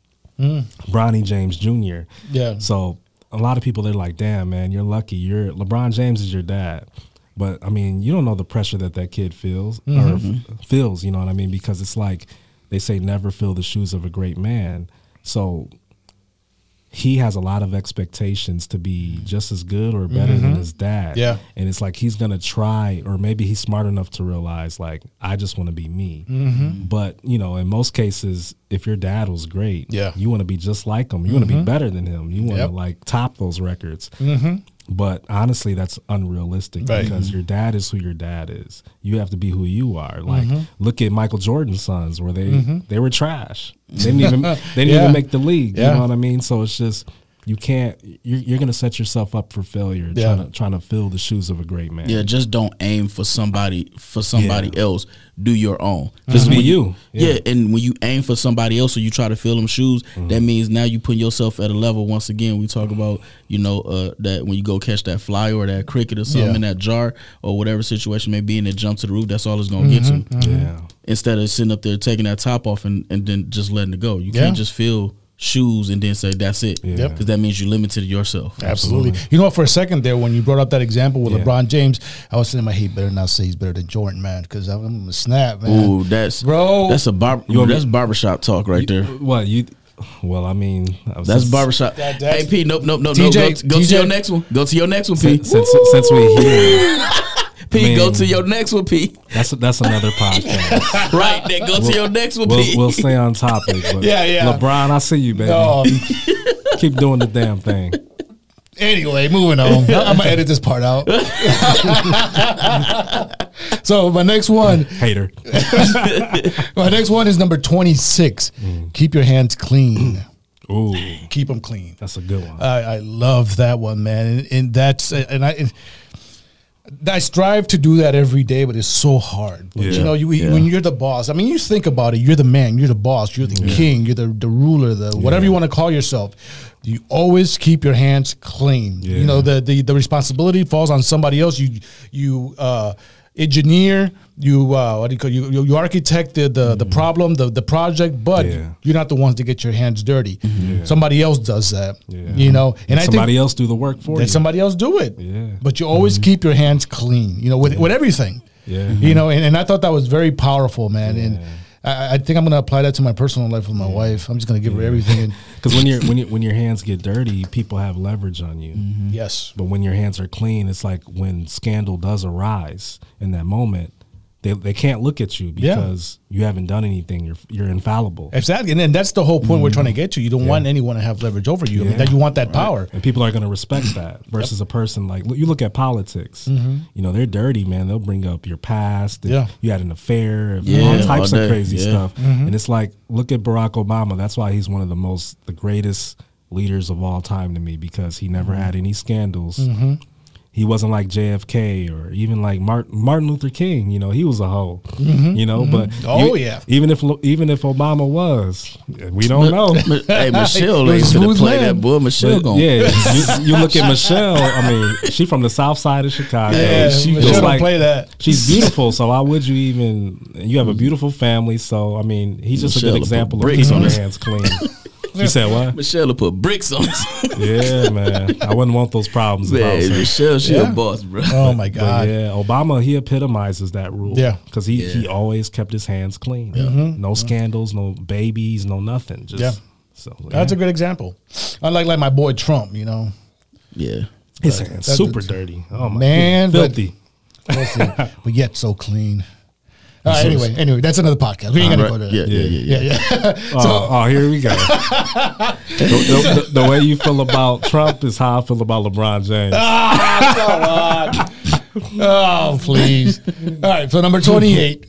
[SPEAKER 2] Bronny James Jr.
[SPEAKER 1] Mm. Yeah.
[SPEAKER 2] So a lot of people they're like, damn man, you're lucky. You're LeBron James is your dad. But I mean, you don't know the pressure that that kid feels
[SPEAKER 1] Mm-hmm.
[SPEAKER 2] or f- feels. You know what I mean? Because it's like they say, never fill the shoes of a great man. So he has a lot of expectations to be just as good or better than his dad.
[SPEAKER 1] Mm-hmm. Yeah.
[SPEAKER 2] And it's like he's gonna try, or maybe he's smart enough to realize, like, I just wanna be me.
[SPEAKER 1] Mm-hmm.
[SPEAKER 2] But, you know, in most cases, if your dad was great,
[SPEAKER 1] Yeah. Mm-hmm.
[SPEAKER 2] you wanna be just like him. You wanna be better than him. You wanna
[SPEAKER 1] Yep. Mm-hmm.
[SPEAKER 2] like top those records. But honestly, that's unrealistic
[SPEAKER 1] Right.
[SPEAKER 2] because your dad is who your dad is. You have to be who you are. Like,
[SPEAKER 1] Mm-hmm.
[SPEAKER 2] look at Michael Jordan's sons, where they they were trash. They didn't even they didn't
[SPEAKER 1] Yeah.
[SPEAKER 2] even make the league.
[SPEAKER 1] Yeah.
[SPEAKER 2] You know what I mean? So it's just you can't. You're, you're going to set yourself up for failure.
[SPEAKER 1] Yeah.
[SPEAKER 2] Trying to trying to fill the shoes of a great man.
[SPEAKER 3] Yeah, just don't aim for somebody for somebody else. Do your own.
[SPEAKER 2] Just be
[SPEAKER 3] when
[SPEAKER 2] you.
[SPEAKER 3] Yeah.
[SPEAKER 2] Yeah. Mm-hmm.
[SPEAKER 3] and when you aim for somebody else or you try to fill them shoes, that means now you put yourself at a level. Once again, we talk about you know uh, that when you go catch that fly or that cricket or something
[SPEAKER 1] Yeah.
[SPEAKER 3] in that jar or whatever situation may be, and it jumps to the roof. That's all it's gonna
[SPEAKER 2] Mm-hmm.
[SPEAKER 3] get you.
[SPEAKER 1] Mm-hmm.
[SPEAKER 2] Yeah.
[SPEAKER 3] Instead of sitting up there taking that top off and, and then just letting it go, you
[SPEAKER 1] Yeah.
[SPEAKER 3] can't just fill shoes and then say that's it because
[SPEAKER 2] Yeah.
[SPEAKER 3] that means you limited yourself.
[SPEAKER 1] Absolutely. You know, what, for a second there, when you brought up that example with
[SPEAKER 2] Yeah.
[SPEAKER 1] LeBron James, I was thinking, my he better not say he's better than Jordan, man, because I'm going to snap, man.
[SPEAKER 3] Ooh, that's
[SPEAKER 1] Bro.
[SPEAKER 3] That's a bar-
[SPEAKER 2] want me-
[SPEAKER 3] that's barbershop talk right there.
[SPEAKER 2] What you? Well, I mean, uh, I was
[SPEAKER 3] That's
[SPEAKER 2] just-
[SPEAKER 3] barbershop.
[SPEAKER 1] That- that's-
[SPEAKER 3] hey, P, nope, nope, nope,
[SPEAKER 1] TJ,
[SPEAKER 3] nope. Go, go to
[SPEAKER 1] TJ.
[SPEAKER 3] your next one. Go to your next one, P.
[SPEAKER 2] Since, since, since we here,
[SPEAKER 3] P, go
[SPEAKER 2] man.
[SPEAKER 3] to your next one, P.
[SPEAKER 2] that's that's another podcast.
[SPEAKER 3] Right then, go to your next one,
[SPEAKER 2] We'll,
[SPEAKER 3] P.
[SPEAKER 2] we'll stay on topic. But
[SPEAKER 1] Yeah, yeah.
[SPEAKER 2] LeBron, I see you, baby.
[SPEAKER 1] Um,
[SPEAKER 2] Keep doing the damn thing.
[SPEAKER 1] anyway, moving on. I'm gonna edit this part out. so my next one,
[SPEAKER 2] Hater.
[SPEAKER 1] my next one is number 26. Keep your hands clean.
[SPEAKER 2] Ooh,
[SPEAKER 1] Keep them clean.
[SPEAKER 2] that's a good one.
[SPEAKER 1] I, I love that one, man, and, and that's and I. and I strive to do that every day, but it's so hard. But You
[SPEAKER 2] Yeah,
[SPEAKER 1] know, you,
[SPEAKER 3] yeah.
[SPEAKER 1] when you're the boss, I mean, you think about it. You're the man. You're the boss. You're the king. You're the, the ruler. The whatever you want to call yourself. You always keep your hands clean. You know, the, the the responsibility falls on somebody else. You you uh, engineer. You uh, what do you call you you, you architect the the, the problem the the project, but
[SPEAKER 2] Mm-hmm. Yeah. Mm-hmm.
[SPEAKER 1] you're not the ones that get your hands dirty. Somebody else does that.
[SPEAKER 2] Yeah.
[SPEAKER 1] You know, and I think
[SPEAKER 2] Somebody else do the work for
[SPEAKER 1] let
[SPEAKER 2] you.
[SPEAKER 1] somebody else do it.
[SPEAKER 2] Yeah. Mm-hmm.
[SPEAKER 1] But you always keep your hands clean, you know, with, with everything.
[SPEAKER 2] Yeah.
[SPEAKER 1] You know, and, and I thought that was very powerful, man. And I, I think I'm going to apply that to my personal life with my wife. I'm just going to give her everything.
[SPEAKER 2] Because when your when you, when your hands get dirty, people have leverage on you.
[SPEAKER 3] Mm-hmm.
[SPEAKER 1] And yes.
[SPEAKER 2] But when your hands are clean, it's like when scandal does arise in that moment, they, they can't look at you
[SPEAKER 1] Yeah.
[SPEAKER 2] because you haven't done anything. You're you're infallible.
[SPEAKER 1] Exactly. And, and that's the whole point we're trying to get to. You don't want anyone to have leverage over you. I mean,
[SPEAKER 2] Mm-hmm. Yeah.
[SPEAKER 1] that you want that power.
[SPEAKER 2] And people are going to respect that versus a person like you look at politics.
[SPEAKER 3] Mm-hmm.
[SPEAKER 2] You know they're dirty, man. They'll bring up your past. if
[SPEAKER 1] Yeah.
[SPEAKER 2] you had an affair. if
[SPEAKER 3] Yeah,
[SPEAKER 2] all
[SPEAKER 3] all
[SPEAKER 2] types
[SPEAKER 3] day,
[SPEAKER 2] of crazy
[SPEAKER 3] yeah. Mm-hmm.
[SPEAKER 2] stuff. And it's like look at Barack Obama. That's why he's one of the most the greatest leaders of all time to me because he never had any scandals.
[SPEAKER 3] Mm-hmm.
[SPEAKER 2] He wasn't like JFK or even like Martin, Martin Luther King. You know he was a hoe.
[SPEAKER 3] Mm-hmm.
[SPEAKER 2] You know, but
[SPEAKER 1] Oh,
[SPEAKER 2] you-
[SPEAKER 1] yeah.
[SPEAKER 2] even if even if Obama was, we don't know.
[SPEAKER 3] Mi- hey, Michelle
[SPEAKER 1] You're a
[SPEAKER 3] ain't gonna
[SPEAKER 1] smooth
[SPEAKER 3] play
[SPEAKER 1] man.
[SPEAKER 3] that boy. Michelle
[SPEAKER 2] But,
[SPEAKER 3] gonna
[SPEAKER 2] yeah, you, you look at Michelle. I mean, she from the South Side of Chicago.
[SPEAKER 1] Yeah,
[SPEAKER 2] she
[SPEAKER 1] Michelle don't play that.
[SPEAKER 2] She's beautiful. So why would you even? You have a beautiful family. So I mean, he's just a good
[SPEAKER 3] Michelle will put
[SPEAKER 2] example of
[SPEAKER 3] bricks
[SPEAKER 2] keeping
[SPEAKER 3] on
[SPEAKER 2] your
[SPEAKER 3] his-
[SPEAKER 2] hands clean. You said what?
[SPEAKER 3] Michelle will put bricks on.
[SPEAKER 2] Yeah, man. I wouldn't want those problems. if I was
[SPEAKER 3] man,
[SPEAKER 2] her.
[SPEAKER 3] Michelle, she
[SPEAKER 1] Yeah.
[SPEAKER 3] a boss, bro.
[SPEAKER 1] Oh my
[SPEAKER 2] But
[SPEAKER 1] God.
[SPEAKER 2] yeah, Obama he epitomizes that rule.
[SPEAKER 1] Yeah. Mm-hmm.
[SPEAKER 2] because he, he always kept his hands clean. No scandals, no babies, no nothing. Just
[SPEAKER 1] Yeah.
[SPEAKER 2] so
[SPEAKER 1] That's
[SPEAKER 2] yeah.
[SPEAKER 1] a good example. Unlike like my boy Trump, you know.
[SPEAKER 3] Yeah.
[SPEAKER 2] his hands
[SPEAKER 1] that's
[SPEAKER 2] super
[SPEAKER 1] a-
[SPEAKER 2] dirty. Oh my
[SPEAKER 1] Man,
[SPEAKER 2] goodness.
[SPEAKER 1] but-
[SPEAKER 2] filthy.
[SPEAKER 1] but yet so clean. All right, anyway, anyway, that's another podcast. We ain't gonna
[SPEAKER 3] Right.
[SPEAKER 1] go to that.
[SPEAKER 3] yeah, yeah, yeah, yeah.
[SPEAKER 1] yeah, yeah.
[SPEAKER 2] oh, oh, here we go. the, the- the- the way you feel about Trump is how I feel about LeBron James.
[SPEAKER 1] Uh, oh, please. All right, so number twenty-eight.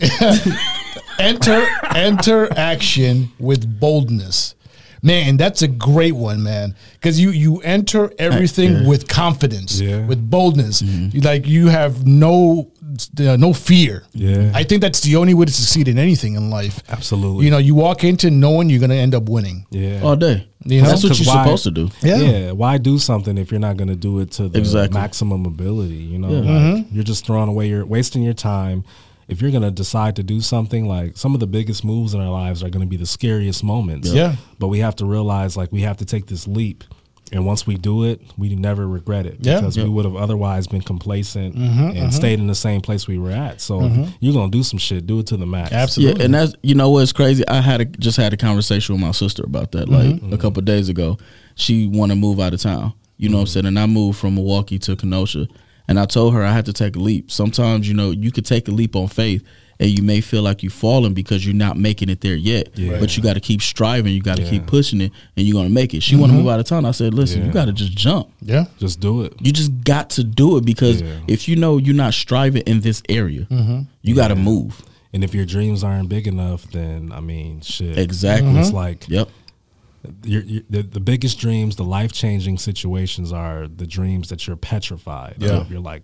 [SPEAKER 1] Enter interaction with boldness. Man, that's a great one, man. Because you you enter everything with confidence,
[SPEAKER 2] Yeah.
[SPEAKER 1] with boldness. You- Like you have no uh, no fear.
[SPEAKER 2] Yeah.
[SPEAKER 1] I think that's the only way to succeed in anything in life.
[SPEAKER 2] Absolutely.
[SPEAKER 1] You know, uh, you walk into knowing you're gonna end up winning.
[SPEAKER 2] yeah.
[SPEAKER 3] All day.
[SPEAKER 1] You know?
[SPEAKER 3] That's what you're
[SPEAKER 2] 'Cause why-
[SPEAKER 3] supposed to do.
[SPEAKER 1] Yeah.
[SPEAKER 2] Yeah. Why do something if you're not going to do it to the
[SPEAKER 3] Exactly. Mm-hmm.
[SPEAKER 2] maximum ability? You know, like, you're just throwing away, you're wasting your time. If you're going to decide to do something, like some of the biggest moves in our lives are going to be the scariest moments.
[SPEAKER 1] Yeah.
[SPEAKER 2] But we have to realize, like, we have to take this leap. And once we do it, we never regret it
[SPEAKER 1] Yeah.
[SPEAKER 2] because we would have otherwise been complacent
[SPEAKER 3] Mm-hmm,
[SPEAKER 2] and stayed in the same place we were at. So if you're going to do some shit, do it to the max.
[SPEAKER 1] Absolutely.
[SPEAKER 3] Yeah, and that's you know what's crazy. I had a, just had a conversation with my sister about that, like
[SPEAKER 2] Mm-hmm.
[SPEAKER 3] a couple of days ago. She want to move out of town. You know what I'm
[SPEAKER 2] Mm-hmm.
[SPEAKER 3] saying? And I moved from Milwaukee to Kenosha, and I told her I had to take a leap. Sometimes you know you could take a leap on faith, and you may feel like you've fallen because you're not making it there yet.
[SPEAKER 2] Yeah.
[SPEAKER 3] But you got to keep striving. You got to
[SPEAKER 2] Yeah. Mm-hmm.
[SPEAKER 3] keep pushing it, and you're gonna make it. She want to move out of town. I said, listen,
[SPEAKER 2] Yeah.
[SPEAKER 3] you got to just jump.
[SPEAKER 1] Yeah.
[SPEAKER 2] Just do it.
[SPEAKER 3] You just got to do it because
[SPEAKER 2] Yeah. Mm-hmm.
[SPEAKER 3] if you know you're not striving in this area, you got to move.
[SPEAKER 2] And if your dreams aren't big enough, then, I mean, shit.
[SPEAKER 3] Exactly.
[SPEAKER 2] It's
[SPEAKER 1] Mm-hmm.
[SPEAKER 2] like,
[SPEAKER 3] Yep.
[SPEAKER 2] your, your, the, the biggest dreams, the life changing situations are the dreams that you're petrified.
[SPEAKER 1] Yeah.
[SPEAKER 2] of. You're like,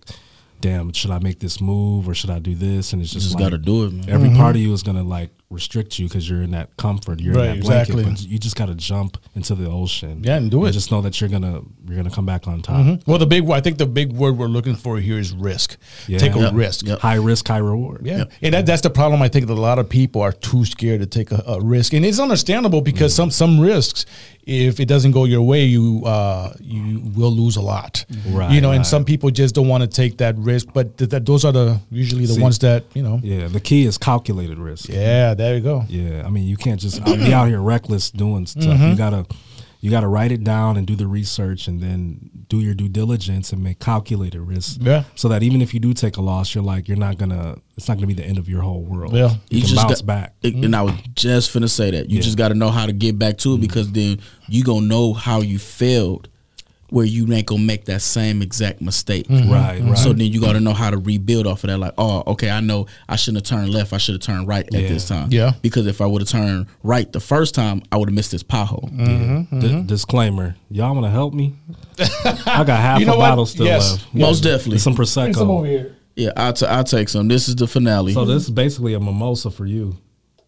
[SPEAKER 2] damn, should I make this move or should I do this? And it's just,
[SPEAKER 3] Just
[SPEAKER 2] like,
[SPEAKER 3] got to do it, man.
[SPEAKER 2] Every
[SPEAKER 1] Mm-hmm.
[SPEAKER 2] part of you is gonna like restrict you because you're in that comfort, you're
[SPEAKER 1] Right,
[SPEAKER 2] in that blanket,
[SPEAKER 1] exactly.
[SPEAKER 2] but you just gotta jump into the ocean.
[SPEAKER 1] Yeah, and do it. Mm-hmm.
[SPEAKER 2] Just know that you're gonna you're gonna come back on top.
[SPEAKER 1] Well, the big, I think the big word we're looking for here is risk.
[SPEAKER 2] Yeah.
[SPEAKER 1] Take a
[SPEAKER 2] Yeah.
[SPEAKER 1] risk.
[SPEAKER 3] Yeah.
[SPEAKER 2] High risk, high reward.
[SPEAKER 1] Yeah, and that, that's the problem. I think that a lot of people are too scared to take a, a risk, and it's understandable
[SPEAKER 2] Mm.
[SPEAKER 1] because some some risks, if it doesn't go your way, you uh, you will lose a lot.
[SPEAKER 2] Right,
[SPEAKER 1] You know, and
[SPEAKER 2] right.
[SPEAKER 1] some people just don't want to take that risk. But th- that those are the usually the
[SPEAKER 2] See-
[SPEAKER 1] ones that you know. Yeah.
[SPEAKER 2] Yeah. The key is calculated risk.
[SPEAKER 1] there you go.
[SPEAKER 2] Yeah, I mean, you can't just out- be out here reckless doing stuff.
[SPEAKER 1] Mm-hmm.
[SPEAKER 2] You gotta, you gotta write it down and do the research, and then do your due diligence and make calculated risks.
[SPEAKER 1] Yeah.
[SPEAKER 2] So that even if you do take a loss, you're like, you're not gonna. It's not gonna be the end of your whole world.
[SPEAKER 1] Yeah.
[SPEAKER 2] You,
[SPEAKER 3] You
[SPEAKER 2] can
[SPEAKER 3] just
[SPEAKER 2] bounce
[SPEAKER 3] got-
[SPEAKER 2] back. Mm-hmm.
[SPEAKER 3] It- And I was just finna say that you just got to know how to get back to it because then you gonna know how you failed, where you ain't gonna make that same exact mistake.
[SPEAKER 2] Right, Mm-hmm. right.
[SPEAKER 3] Mm-hmm. So then you got to know how to rebuild off of that. Like, oh, okay, I know I shouldn't have turned left. I should have turned right at
[SPEAKER 2] Yeah.
[SPEAKER 3] this time.
[SPEAKER 1] Yeah.
[SPEAKER 3] Because if I would have turned right the first time, I would have missed this pothole.
[SPEAKER 2] Mm-hmm.
[SPEAKER 3] Mm-hmm.
[SPEAKER 2] Yeah. D- disclaimer: Y'all want to help me? I got half
[SPEAKER 1] You know
[SPEAKER 2] a
[SPEAKER 1] what?
[SPEAKER 2] bottle still
[SPEAKER 1] Yes.
[SPEAKER 2] left.
[SPEAKER 3] Most definitely.
[SPEAKER 2] Some prosecco.
[SPEAKER 1] here.
[SPEAKER 3] Yeah, I t- I take some. This is the finale.
[SPEAKER 2] So this is basically a mimosa for you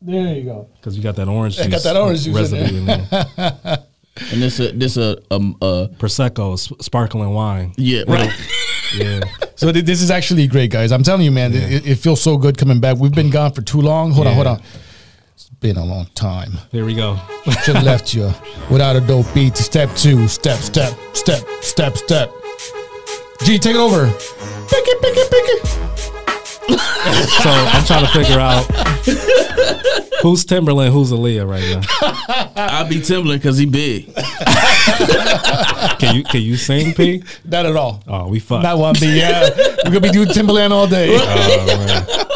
[SPEAKER 1] There you go.
[SPEAKER 2] because you got that orange juice.
[SPEAKER 1] got that orange juice in
[SPEAKER 2] residue
[SPEAKER 1] there.
[SPEAKER 2] in there.
[SPEAKER 3] and this a this a um uh
[SPEAKER 2] prosecco, is sp- sparkling wine.
[SPEAKER 3] yeah right.
[SPEAKER 2] Yeah.
[SPEAKER 1] So th- this is actually great, guys. I'm telling you, man, it, it feels so good coming back. We've been gone for too long. Hold on, hold
[SPEAKER 2] Yeah.
[SPEAKER 1] on. It's been a long time.
[SPEAKER 2] Here we go.
[SPEAKER 1] should have left you without a dope beat. Step two, step, step, step, step, step. G, take it over. Pick it, pick it, pick it.
[SPEAKER 2] So I'm trying to figure out who's Timberland, who's Aaliyah right now.
[SPEAKER 3] I be Timberland because he big.
[SPEAKER 2] Can you can you sing, P?
[SPEAKER 1] Not at all.
[SPEAKER 2] Oh, we fucked.
[SPEAKER 1] Not one beat. Yeah, we're gonna be doing Timberland all day.
[SPEAKER 2] Oh, man.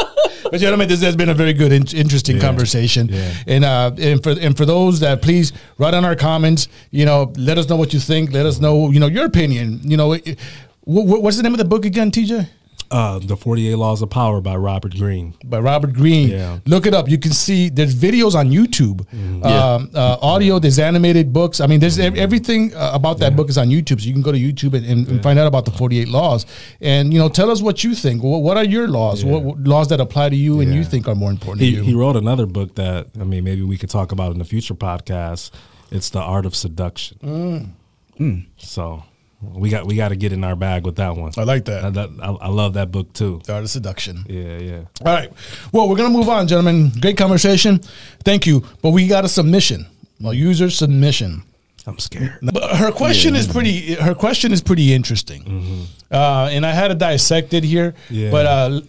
[SPEAKER 1] But gentlemen, this has been a very good, in- interesting conversation.
[SPEAKER 2] Yeah.
[SPEAKER 1] And uh, and for and for those that please write on our comments. You know, let us know what you think. Let us know, you know, your opinion. You know, it, what, what's the name of the book again, TJ?
[SPEAKER 2] Uh, the 48 Laws of Power by Robert Greene.
[SPEAKER 1] by Robert Greene.
[SPEAKER 2] Yeah. Mm.
[SPEAKER 1] Look it up. You can see there's videos on YouTube, um, uh, audio. There's animated books. I mean, there's ev- everything uh, about that book is on YouTube. So you can go to YouTube and, and, and find out about the 48 laws. And you know, tell us what you think. What, what are your laws? What, what laws that apply to you and you
[SPEAKER 2] Yeah.
[SPEAKER 1] think are more important
[SPEAKER 2] He,
[SPEAKER 1] to you?
[SPEAKER 2] he wrote another book that I mean maybe we could talk about in the future podcast. It's the Art of Seduction.
[SPEAKER 1] Mm.
[SPEAKER 2] So we got we got to get in our bag with that one.
[SPEAKER 1] I like that.
[SPEAKER 2] I, that, I, I love that book too.
[SPEAKER 1] the art of seduction.
[SPEAKER 2] Yeah, yeah.
[SPEAKER 1] All right. Well, we're gonna move on, gentlemen. Great conversation. Thank you. But we got a submission. a user submission.
[SPEAKER 2] I'm scared.
[SPEAKER 1] But her question is pretty. Her question is pretty interesting, uh, and I had it dissected here.
[SPEAKER 2] Mm-hmm. Yeah.
[SPEAKER 1] But uh, l-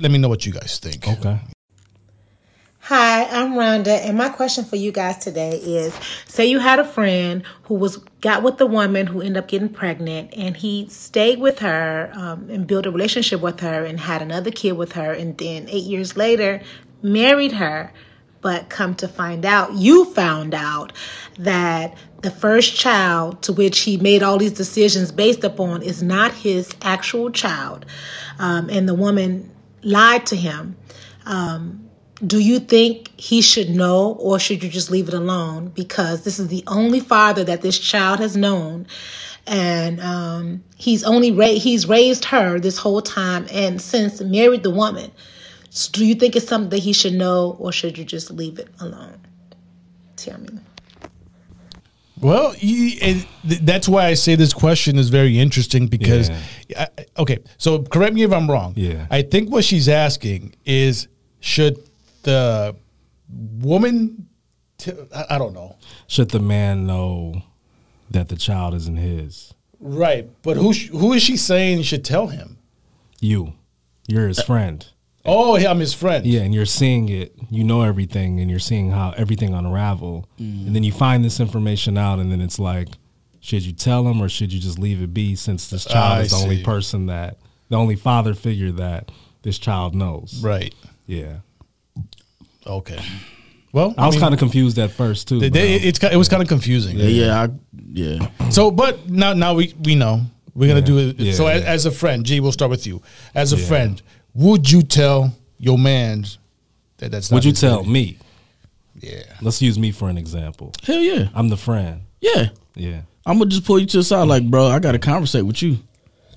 [SPEAKER 1] let me know what you guys think.
[SPEAKER 2] Okay.
[SPEAKER 4] Hi, I'm Rhonda, and my question for you guys today is: Say you had a friend who was got with the woman who ended up getting pregnant, and he stayed with her um, and built a relationship with her, and had another kid with her, and then eight years later married her. But come to find out, you found out that the first child to which he made all these decisions based upon is not his actual child, um, and the woman lied to him Um, do you think he should know or should you just leave it alone because this is the only father that this child has known and um, he's only ra- he's raised her this whole time and since married the woman so do you think it's something that he should know or should you just leave it alone tell me
[SPEAKER 1] Well, you, and th- that's why I say this question is very interesting because, I, I- okay, so correct me if I'm wrong.
[SPEAKER 2] Yeah.
[SPEAKER 1] I think what she's asking is should the woman, t- I, I don't know.
[SPEAKER 2] Should the man know that the child isn't his?
[SPEAKER 1] Right. But who, sh- who is she saying should tell him?
[SPEAKER 2] You. You're
[SPEAKER 1] Uh,
[SPEAKER 2] his friend.
[SPEAKER 1] Oh, yeah, I'm his friend.
[SPEAKER 2] Yeah, and you're seeing it. You know everything, and you're seeing how everything unravel. And then you
[SPEAKER 1] Mm.
[SPEAKER 2] find this information out, and then it's like, should you tell him or should you just leave it be? Since this child
[SPEAKER 1] I
[SPEAKER 2] is the
[SPEAKER 1] see.
[SPEAKER 2] only person that, the only father figure that this child knows.
[SPEAKER 1] Right.
[SPEAKER 2] Yeah,
[SPEAKER 1] Okay. Well,
[SPEAKER 2] I, was kind of confused at first too.
[SPEAKER 1] They,
[SPEAKER 2] but,
[SPEAKER 1] they,
[SPEAKER 2] um,
[SPEAKER 1] it's, ki- it was kind of confusing.
[SPEAKER 3] Yeah, yeah, I, yeah.
[SPEAKER 1] So, but now now we we know we're gonna do it.
[SPEAKER 2] Yeah,
[SPEAKER 1] so, As,
[SPEAKER 2] yeah.
[SPEAKER 1] as a friend, G, we'll start with you. As a friend, would you tell your man that that's? Not
[SPEAKER 2] would you
[SPEAKER 1] his
[SPEAKER 2] tell
[SPEAKER 1] baby?
[SPEAKER 2] me?
[SPEAKER 1] Yeah.
[SPEAKER 2] Let's use me for an example.
[SPEAKER 3] Hell yeah,
[SPEAKER 2] I'm the friend.
[SPEAKER 3] yeah.
[SPEAKER 2] Yeah.
[SPEAKER 3] I'm gonna just pull you to the side, like, bro, I gotta conversate with you.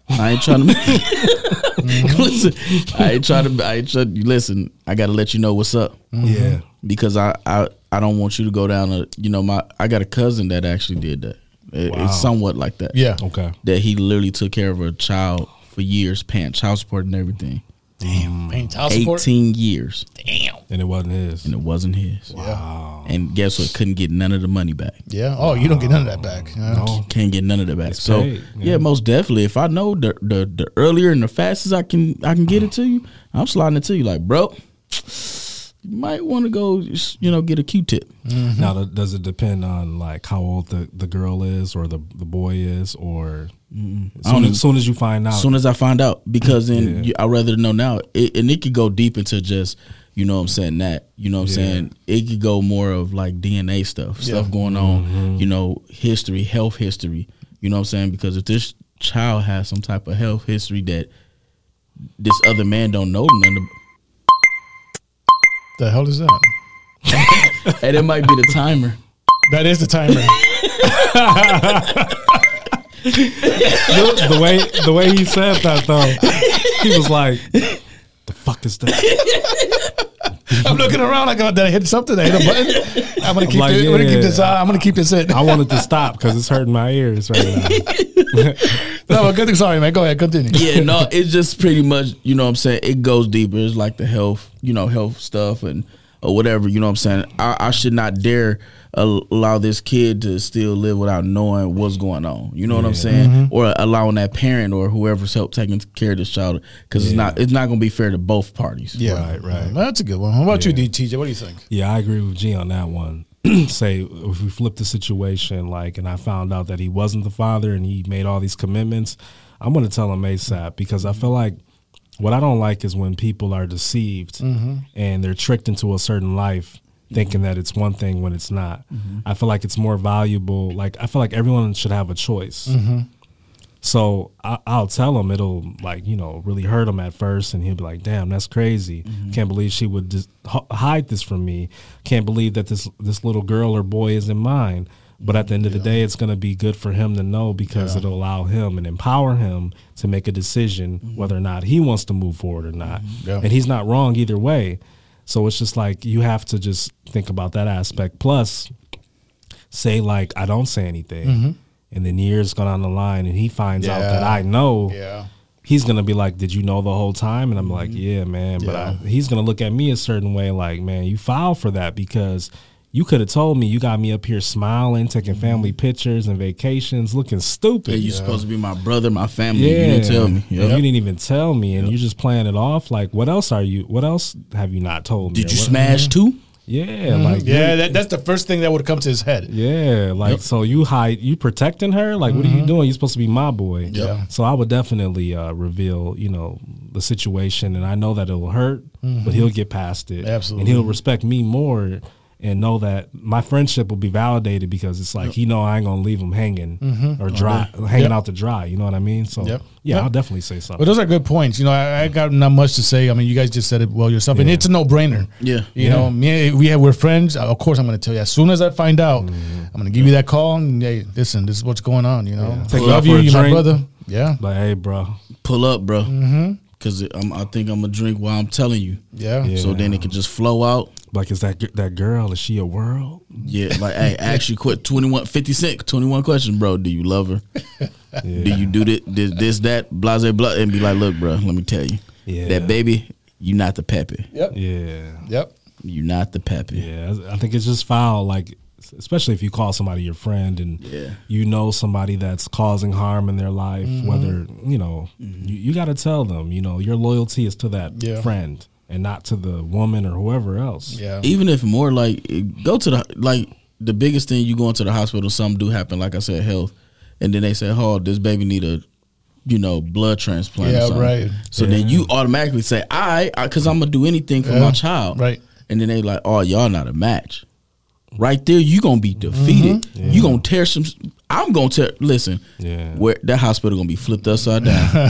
[SPEAKER 3] I ain't trying to.
[SPEAKER 1] Mm-hmm.
[SPEAKER 3] listen, I ain't trying to. I ain't trying. Listen, I gotta let you know what's up
[SPEAKER 1] Mm-hmm.
[SPEAKER 2] Yeah.
[SPEAKER 3] because I, I I don't want you to go down a. You know, my I got a cousin that actually did that. It-
[SPEAKER 2] Wow.
[SPEAKER 3] It's somewhat like that.
[SPEAKER 1] Yeah.
[SPEAKER 2] Okay.
[SPEAKER 3] that he literally took care of a child for years, paying child support and everything.
[SPEAKER 1] Man, child support.
[SPEAKER 3] Eighteen years,
[SPEAKER 1] Damn.
[SPEAKER 2] And it wasn't his.
[SPEAKER 3] and it wasn't his.
[SPEAKER 2] Wow.
[SPEAKER 3] And guess what? Couldn't get none of the money back.
[SPEAKER 1] Yeah. Oh, you don't get none of that back. Yeah.
[SPEAKER 2] No.
[SPEAKER 3] Can't get none of that back. so
[SPEAKER 2] paid,
[SPEAKER 3] yeah. most definitely. If I know the, the the earlier and the fastest I can I can get it to you, I'm sliding it to you. Like, bro, you might want to go, just, you know, get a Q-tip.
[SPEAKER 2] Now, th- does it depend on like how old the, the girl is or the, the boy is, or as soon, as, soon as you find out?
[SPEAKER 3] As soon as I find out, because then
[SPEAKER 2] Oh. Yeah.
[SPEAKER 3] you, I rather know now, it, and it could go deep into just, you know, what I'm saying that, you know, what I'm
[SPEAKER 2] Yeah.
[SPEAKER 3] saying it could go more of like DNA stuff, stuff going on,
[SPEAKER 2] Mm-hmm.
[SPEAKER 3] you know, history, health history, you know, what I'm saying because if this child has some type of health history that this other man don't know none of.
[SPEAKER 1] The hell is that?
[SPEAKER 3] Hey, that might be the timer.
[SPEAKER 1] That is the timer.
[SPEAKER 2] the, the way the way he said that though, he was like, "The fuck is that?"
[SPEAKER 1] I'm looking around. I got that. I hit something. I hit a button. I'm gonna keep.
[SPEAKER 2] Like,
[SPEAKER 1] it- I'm gonna keep
[SPEAKER 2] yeah.
[SPEAKER 1] this. Uh, I'm gonna keep this in.
[SPEAKER 2] I wanted to stop because it's hurting my ears right now.
[SPEAKER 1] No, good. Sorry, man. Go ahead. Continue.
[SPEAKER 3] yeah, no, it's just pretty much, you know what I'm saying? It goes deeper. It's like the health, you know, health stuff and or whatever, you know what I'm saying? I, I should not dare al- allow this kid to still live without knowing what's going on. You know what I'm saying? Or allowing that parent or whoever's help taking care of this child cuz it's not it's not going to be fair to both parties.
[SPEAKER 1] Yeah.
[SPEAKER 2] Right, right.
[SPEAKER 1] That's a good one. How about you,
[SPEAKER 2] Yeah.
[SPEAKER 1] you, DTJ? What do you think?
[SPEAKER 2] Yeah, I agree with G on that one. Say if we flip the situation, like, and I found out that he wasn't the father and he made all these commitments, I'm gonna tell him ASAP because I feel like what I don't like is when people are deceived and they're tricked into a certain life thinking that it's one thing when it's not. I feel like it's more valuable. Like I feel like everyone should have a choice. So I, I'll tell him it'll like you know really hurt him at first, and he'll be like, "Damn, that's crazy! Can't believe she would dis- h- hide this from me. Can't believe that this this little girl or boy isn't mine." But at the end of the day, it's gonna be good for him to know because it'll allow him and empower him to make a decision whether or not he wants to move forward or not.
[SPEAKER 1] Yeah.
[SPEAKER 2] And he's not wrong either way. So it's just like you have to just think about that aspect. Plus, say like I don't say anything,
[SPEAKER 3] Mm-hmm.
[SPEAKER 2] and then years gone on the line, and he finds out that
[SPEAKER 1] Yeah.
[SPEAKER 2] I know.
[SPEAKER 1] Yeah.
[SPEAKER 2] He's gonna be like, "Did you know the whole time?" And I'm
[SPEAKER 3] Mm-hmm.
[SPEAKER 2] like, "Yeah, man." But I, he's gonna look at me a certain way, like, "Man, you filed for that because You could have told me you got me up here smiling, taking family pictures and vacations, looking stupid.
[SPEAKER 3] Mm-hmm. Yeah,
[SPEAKER 2] you
[SPEAKER 3] you supposed to be my brother, my family. You didn't tell me.
[SPEAKER 2] And
[SPEAKER 3] Yep.
[SPEAKER 2] You didn't even tell me, and you're just playing it off. Like, what else are you? What else have you not told me?
[SPEAKER 3] Did you Mm-hmm.
[SPEAKER 2] What-
[SPEAKER 3] smash too?
[SPEAKER 2] Yeah, like
[SPEAKER 1] Yeah, that, that's the first thing that would come to his head.
[SPEAKER 2] Yeah, like so you hide you protecting her? Like what are
[SPEAKER 1] Mm-hmm.
[SPEAKER 2] you doing? You're supposed to be my boy.
[SPEAKER 1] Yeah.
[SPEAKER 2] So I would definitely uh, reveal, you know, the situation and I know that it'll hurt, but he'll get past it. And
[SPEAKER 1] Mm-hmm. Absolutely.
[SPEAKER 2] he'll respect me more and know that my friendship will be validated because it's like he know I ain't gonna leave him hanging or dry hanging
[SPEAKER 1] Mm-hmm. Yep.
[SPEAKER 2] out to dry, you know what I mean? So
[SPEAKER 1] Yep.
[SPEAKER 2] yeah,
[SPEAKER 1] Yep.
[SPEAKER 2] I'll definitely say
[SPEAKER 1] But
[SPEAKER 2] something.
[SPEAKER 1] those are good points. You know, I, I got not much to say. I mean, you guys just said it well yourself, and it's a no-brainer.
[SPEAKER 3] Yeah.
[SPEAKER 1] you know, me, we have, we're friends. Uh, Of course, I'm going to tell you as soon as I find out.
[SPEAKER 2] Mm-hmm.
[SPEAKER 1] I'm going to give you that call and hey, listen, this is what's going on. You know,
[SPEAKER 2] Take
[SPEAKER 1] I
[SPEAKER 2] you
[SPEAKER 1] love
[SPEAKER 2] out
[SPEAKER 1] you,
[SPEAKER 2] for a
[SPEAKER 1] you're my
[SPEAKER 2] drink.
[SPEAKER 1] brother. Yeah,
[SPEAKER 2] Like, hey bro.
[SPEAKER 3] Pull up, bro. Mm-hmm. Cause it- I'm, I think I'm gonna drink while I'm telling you.
[SPEAKER 1] yeah,
[SPEAKER 2] Yeah.
[SPEAKER 3] So then it could just flow out.
[SPEAKER 2] Like is that gi- that girl, is she a world?
[SPEAKER 3] Yeah, like hey, actually, quit 21, 50 cent, 21 questions, bro. Do you love her?
[SPEAKER 2] Yeah.
[SPEAKER 3] Do you do this, this, this that, blase, blah, and be like, look, bro, let me tell you,
[SPEAKER 2] Yeah.
[SPEAKER 3] that baby, you not the pappy,
[SPEAKER 1] yep,
[SPEAKER 2] yeah.
[SPEAKER 1] yep.
[SPEAKER 3] you not the pappy.
[SPEAKER 2] Yeah, I think it's just foul. Like, especially if you call somebody your friend and
[SPEAKER 3] Yeah.
[SPEAKER 2] you know somebody that's causing harm in their life,
[SPEAKER 1] Mm-hmm.
[SPEAKER 2] whether you know,
[SPEAKER 3] Mm-hmm.
[SPEAKER 2] you, you got to tell them. You know, your loyalty is to that
[SPEAKER 1] Yeah.
[SPEAKER 2] friend and not to the woman or whoever else.
[SPEAKER 1] Yeah,
[SPEAKER 3] Even if more like it- go to the like the biggest thing you going to the hospital, something do happen. Like I said, health, and then they say, oh, this baby need a, you know, blood transplant. or
[SPEAKER 1] Yeah,
[SPEAKER 3] something.
[SPEAKER 1] right.
[SPEAKER 3] So then you automatically say, I, because I'm gonna do anything for my child,
[SPEAKER 1] right.
[SPEAKER 3] And then they like, oh, y'all not a match. Right there, you gonna be defeated.
[SPEAKER 1] Mm-hmm.
[SPEAKER 3] You gonna tear some. I'm gonna tear. Listen,
[SPEAKER 2] Yeah.
[SPEAKER 3] where that hospital gonna be flipped upside down.
[SPEAKER 2] yeah.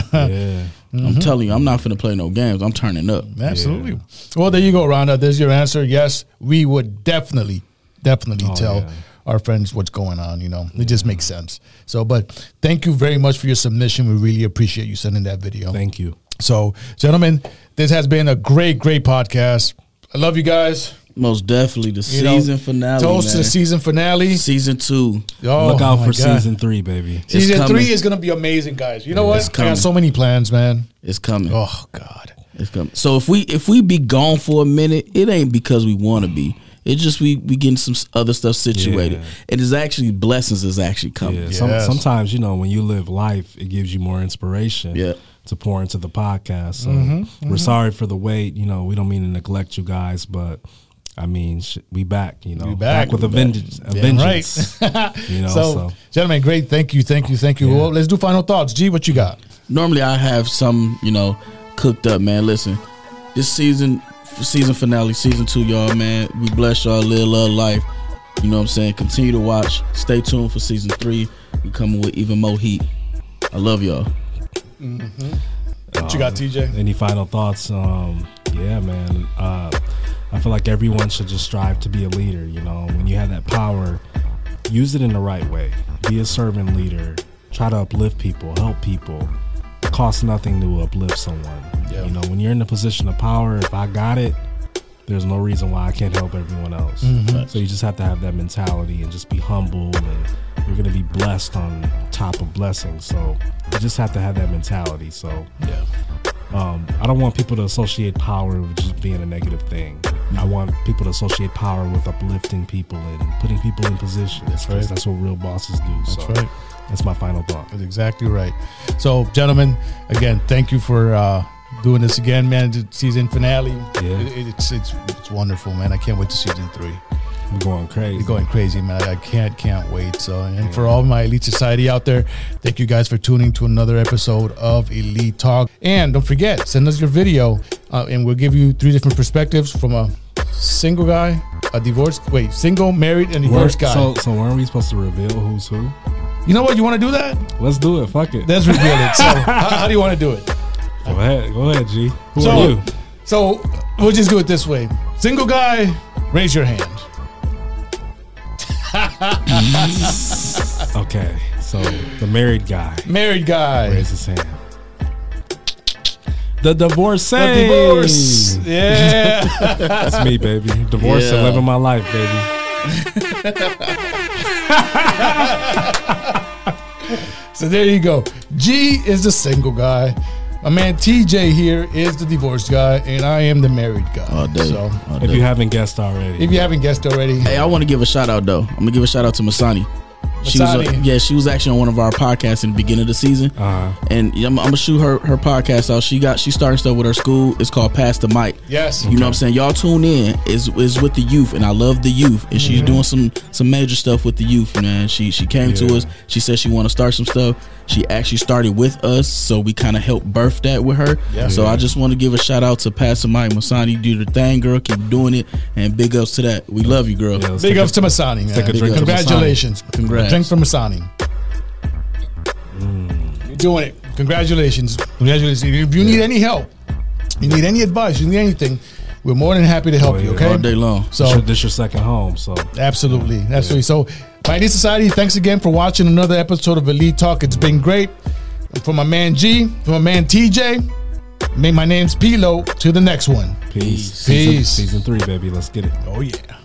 [SPEAKER 1] Mm-hmm.
[SPEAKER 3] I'm telling you, I'm not finna play no games. I'm turning up.
[SPEAKER 1] absolutely. Well, there you go, Rhonda. There's your answer. Yes, we would definitely, definitely
[SPEAKER 2] Oh,
[SPEAKER 1] tell.
[SPEAKER 2] yeah.
[SPEAKER 1] Our friends, what's going on? You know, it just makes sense. So, but thank you very much for your submission. We really appreciate you sending that video.
[SPEAKER 2] Thank you.
[SPEAKER 1] So, gentlemen, this has been a great, great podcast. I love you guys.
[SPEAKER 3] Most definitely, the
[SPEAKER 1] You know,
[SPEAKER 3] season finale.
[SPEAKER 1] Toast to
[SPEAKER 3] man.
[SPEAKER 1] the season finale.
[SPEAKER 3] Season two.
[SPEAKER 1] Oh,
[SPEAKER 2] Look out
[SPEAKER 1] my
[SPEAKER 2] for
[SPEAKER 1] God.
[SPEAKER 2] season three, baby.
[SPEAKER 3] It's
[SPEAKER 1] Season
[SPEAKER 3] coming.
[SPEAKER 1] three is gonna be amazing, guys. You know
[SPEAKER 3] It's
[SPEAKER 1] what? I
[SPEAKER 3] coming.
[SPEAKER 1] got so many plans, man.
[SPEAKER 3] It's coming.
[SPEAKER 1] Oh God.
[SPEAKER 3] It's coming. So if we if we be gone for a minute, it ain't because we want to be. It's just we we getting some s- other stuff situated.
[SPEAKER 2] Yeah.
[SPEAKER 3] It is actually blessings is actually coming.
[SPEAKER 2] Yeah. Some,
[SPEAKER 1] Yes.
[SPEAKER 2] Sometimes you know when you live life, it gives you more inspiration.
[SPEAKER 3] Yeah.
[SPEAKER 2] To pour into the podcast. So
[SPEAKER 1] Mm-hmm,
[SPEAKER 2] we're sorry for the wait. You know, we don't mean to neglect you guys, but I mean, sh- we back. You know,
[SPEAKER 1] We back.
[SPEAKER 2] with a
[SPEAKER 1] We back.
[SPEAKER 2] vengeance. A
[SPEAKER 1] Damn
[SPEAKER 2] vengeance. you know,
[SPEAKER 1] so,
[SPEAKER 2] so.
[SPEAKER 1] gentlemen, great. Thank you, thank you, thank you. Well, let's do final thoughts. G, what you got?
[SPEAKER 3] normally I have some, you know, cooked up, man. Listen, this season, season finale, season two, y'all, man. We bless y'all, live, love life. You know what I'm saying? Continue to watch. Stay tuned for season three. We coming with even more heat. I love y'all.
[SPEAKER 1] What you got, TJ?
[SPEAKER 2] Any final thoughts? Um, yeah, man. Uh, I feel like everyone should just strive to be a leader. You know, when you have that power, use it in the right way. Be a servant leader. Try to uplift people, help people. It costs nothing to uplift someone.
[SPEAKER 1] Yeah.
[SPEAKER 2] You know, when you're in a position of power, if I got it, there's no reason why I can't help everyone else. So you just have to have that mentality and just be humble and you're gonna be blessed on top of blessings. So you just have to have that mentality. So
[SPEAKER 1] Yeah.
[SPEAKER 2] um, I don't want people to associate power with just being a negative thing. I want people to associate power with uplifting people and putting people in positions. That's
[SPEAKER 1] right.
[SPEAKER 2] That's what real bosses do. That's so
[SPEAKER 1] right.
[SPEAKER 2] That's my final thought.
[SPEAKER 1] That's exactly right. So, gentlemen, again, thank you for uh, doing this again, man. The Season finale.
[SPEAKER 2] Yeah.
[SPEAKER 1] It- it's it's it's wonderful, man. I can't wait to season three.
[SPEAKER 2] We're going crazy.
[SPEAKER 1] You're going crazy, man. I can't, can't wait. So, and for all my Elite Society out there, thank you guys for tuning to another episode of Elite Talk. And don't forget, send us your video, uh, and we'll give you three different perspectives from a single guy, a divorced, wait, single, married, and
[SPEAKER 2] We're-
[SPEAKER 1] divorced guy.
[SPEAKER 2] So, so weren't we supposed to reveal who's who?
[SPEAKER 1] you know what? You want to do that?
[SPEAKER 2] Let's do it. Fuck it.
[SPEAKER 1] Let's reveal it. So, how, how do you want to do it?
[SPEAKER 2] go ahead. Go ahead, G. Who
[SPEAKER 1] So,
[SPEAKER 2] are you?
[SPEAKER 1] so we'll just do it this way. Single guy, raise your hand.
[SPEAKER 2] Okay. So the married guy
[SPEAKER 1] Married guy,
[SPEAKER 2] raise his hand. The divorcee.
[SPEAKER 1] a divorce. Yeah.
[SPEAKER 2] That's me, baby. Divorce and
[SPEAKER 3] Yeah.
[SPEAKER 2] living my life, baby.
[SPEAKER 1] So there you go. G is the single guy. My man TJ here is the divorced guy, and I am the married guy.
[SPEAKER 2] Oh,
[SPEAKER 3] All day.
[SPEAKER 1] So,
[SPEAKER 3] all
[SPEAKER 2] If
[SPEAKER 3] day.
[SPEAKER 2] you haven't guessed already,
[SPEAKER 1] if you haven't guessed already,
[SPEAKER 3] Hey, I want to give a shout out though. I'm gonna give a shout out to Masani. She was, uh,
[SPEAKER 1] Masani.
[SPEAKER 3] yeah, she was actually on one of our podcasts in the beginning of the season,
[SPEAKER 2] Uh-huh.
[SPEAKER 3] and I'm, I'm gonna shoot her her podcast out. She got she starting stuff with her school. It's called Pass the Mic.
[SPEAKER 1] yes,
[SPEAKER 3] You know what I'm saying? Y'all tune in. Is is with the youth, and I love the youth. And she's doing some some major stuff with the youth, man. She she came to
[SPEAKER 2] Yeah.
[SPEAKER 3] us. She said she want to start some stuff. She actually started with us, so we kind of helped birth that with her.
[SPEAKER 1] Yeah.
[SPEAKER 3] So I just want to give a shout out to Pastor Mike Masani. Do the thing, girl. Keep doing it, and big ups to that. We love you, girl.
[SPEAKER 2] Yeah, let's
[SPEAKER 1] big
[SPEAKER 2] take a-
[SPEAKER 1] ups to Masani, man.
[SPEAKER 2] take a drink
[SPEAKER 3] to Masani.
[SPEAKER 1] Congratulations,
[SPEAKER 3] Congrats.
[SPEAKER 1] Drink for Masani.
[SPEAKER 2] Mm.
[SPEAKER 1] You're doing it. Congratulations, congratulations. If you need any help, you need any advice, you need anything, we're more than happy to help
[SPEAKER 2] Oh,
[SPEAKER 1] you.
[SPEAKER 2] yeah.
[SPEAKER 1] Okay,
[SPEAKER 3] all day long.
[SPEAKER 1] So
[SPEAKER 2] This your- this your second home, so
[SPEAKER 1] Absolutely. That's what So, Mighty Society, thanks again for watching another episode of Elite Talk. It's been great. For my man G, for my man TJ, may my name's Pilo. To the next one. Peace.
[SPEAKER 2] peace. Season, season three, baby. Let's get it.
[SPEAKER 1] Oh, yeah.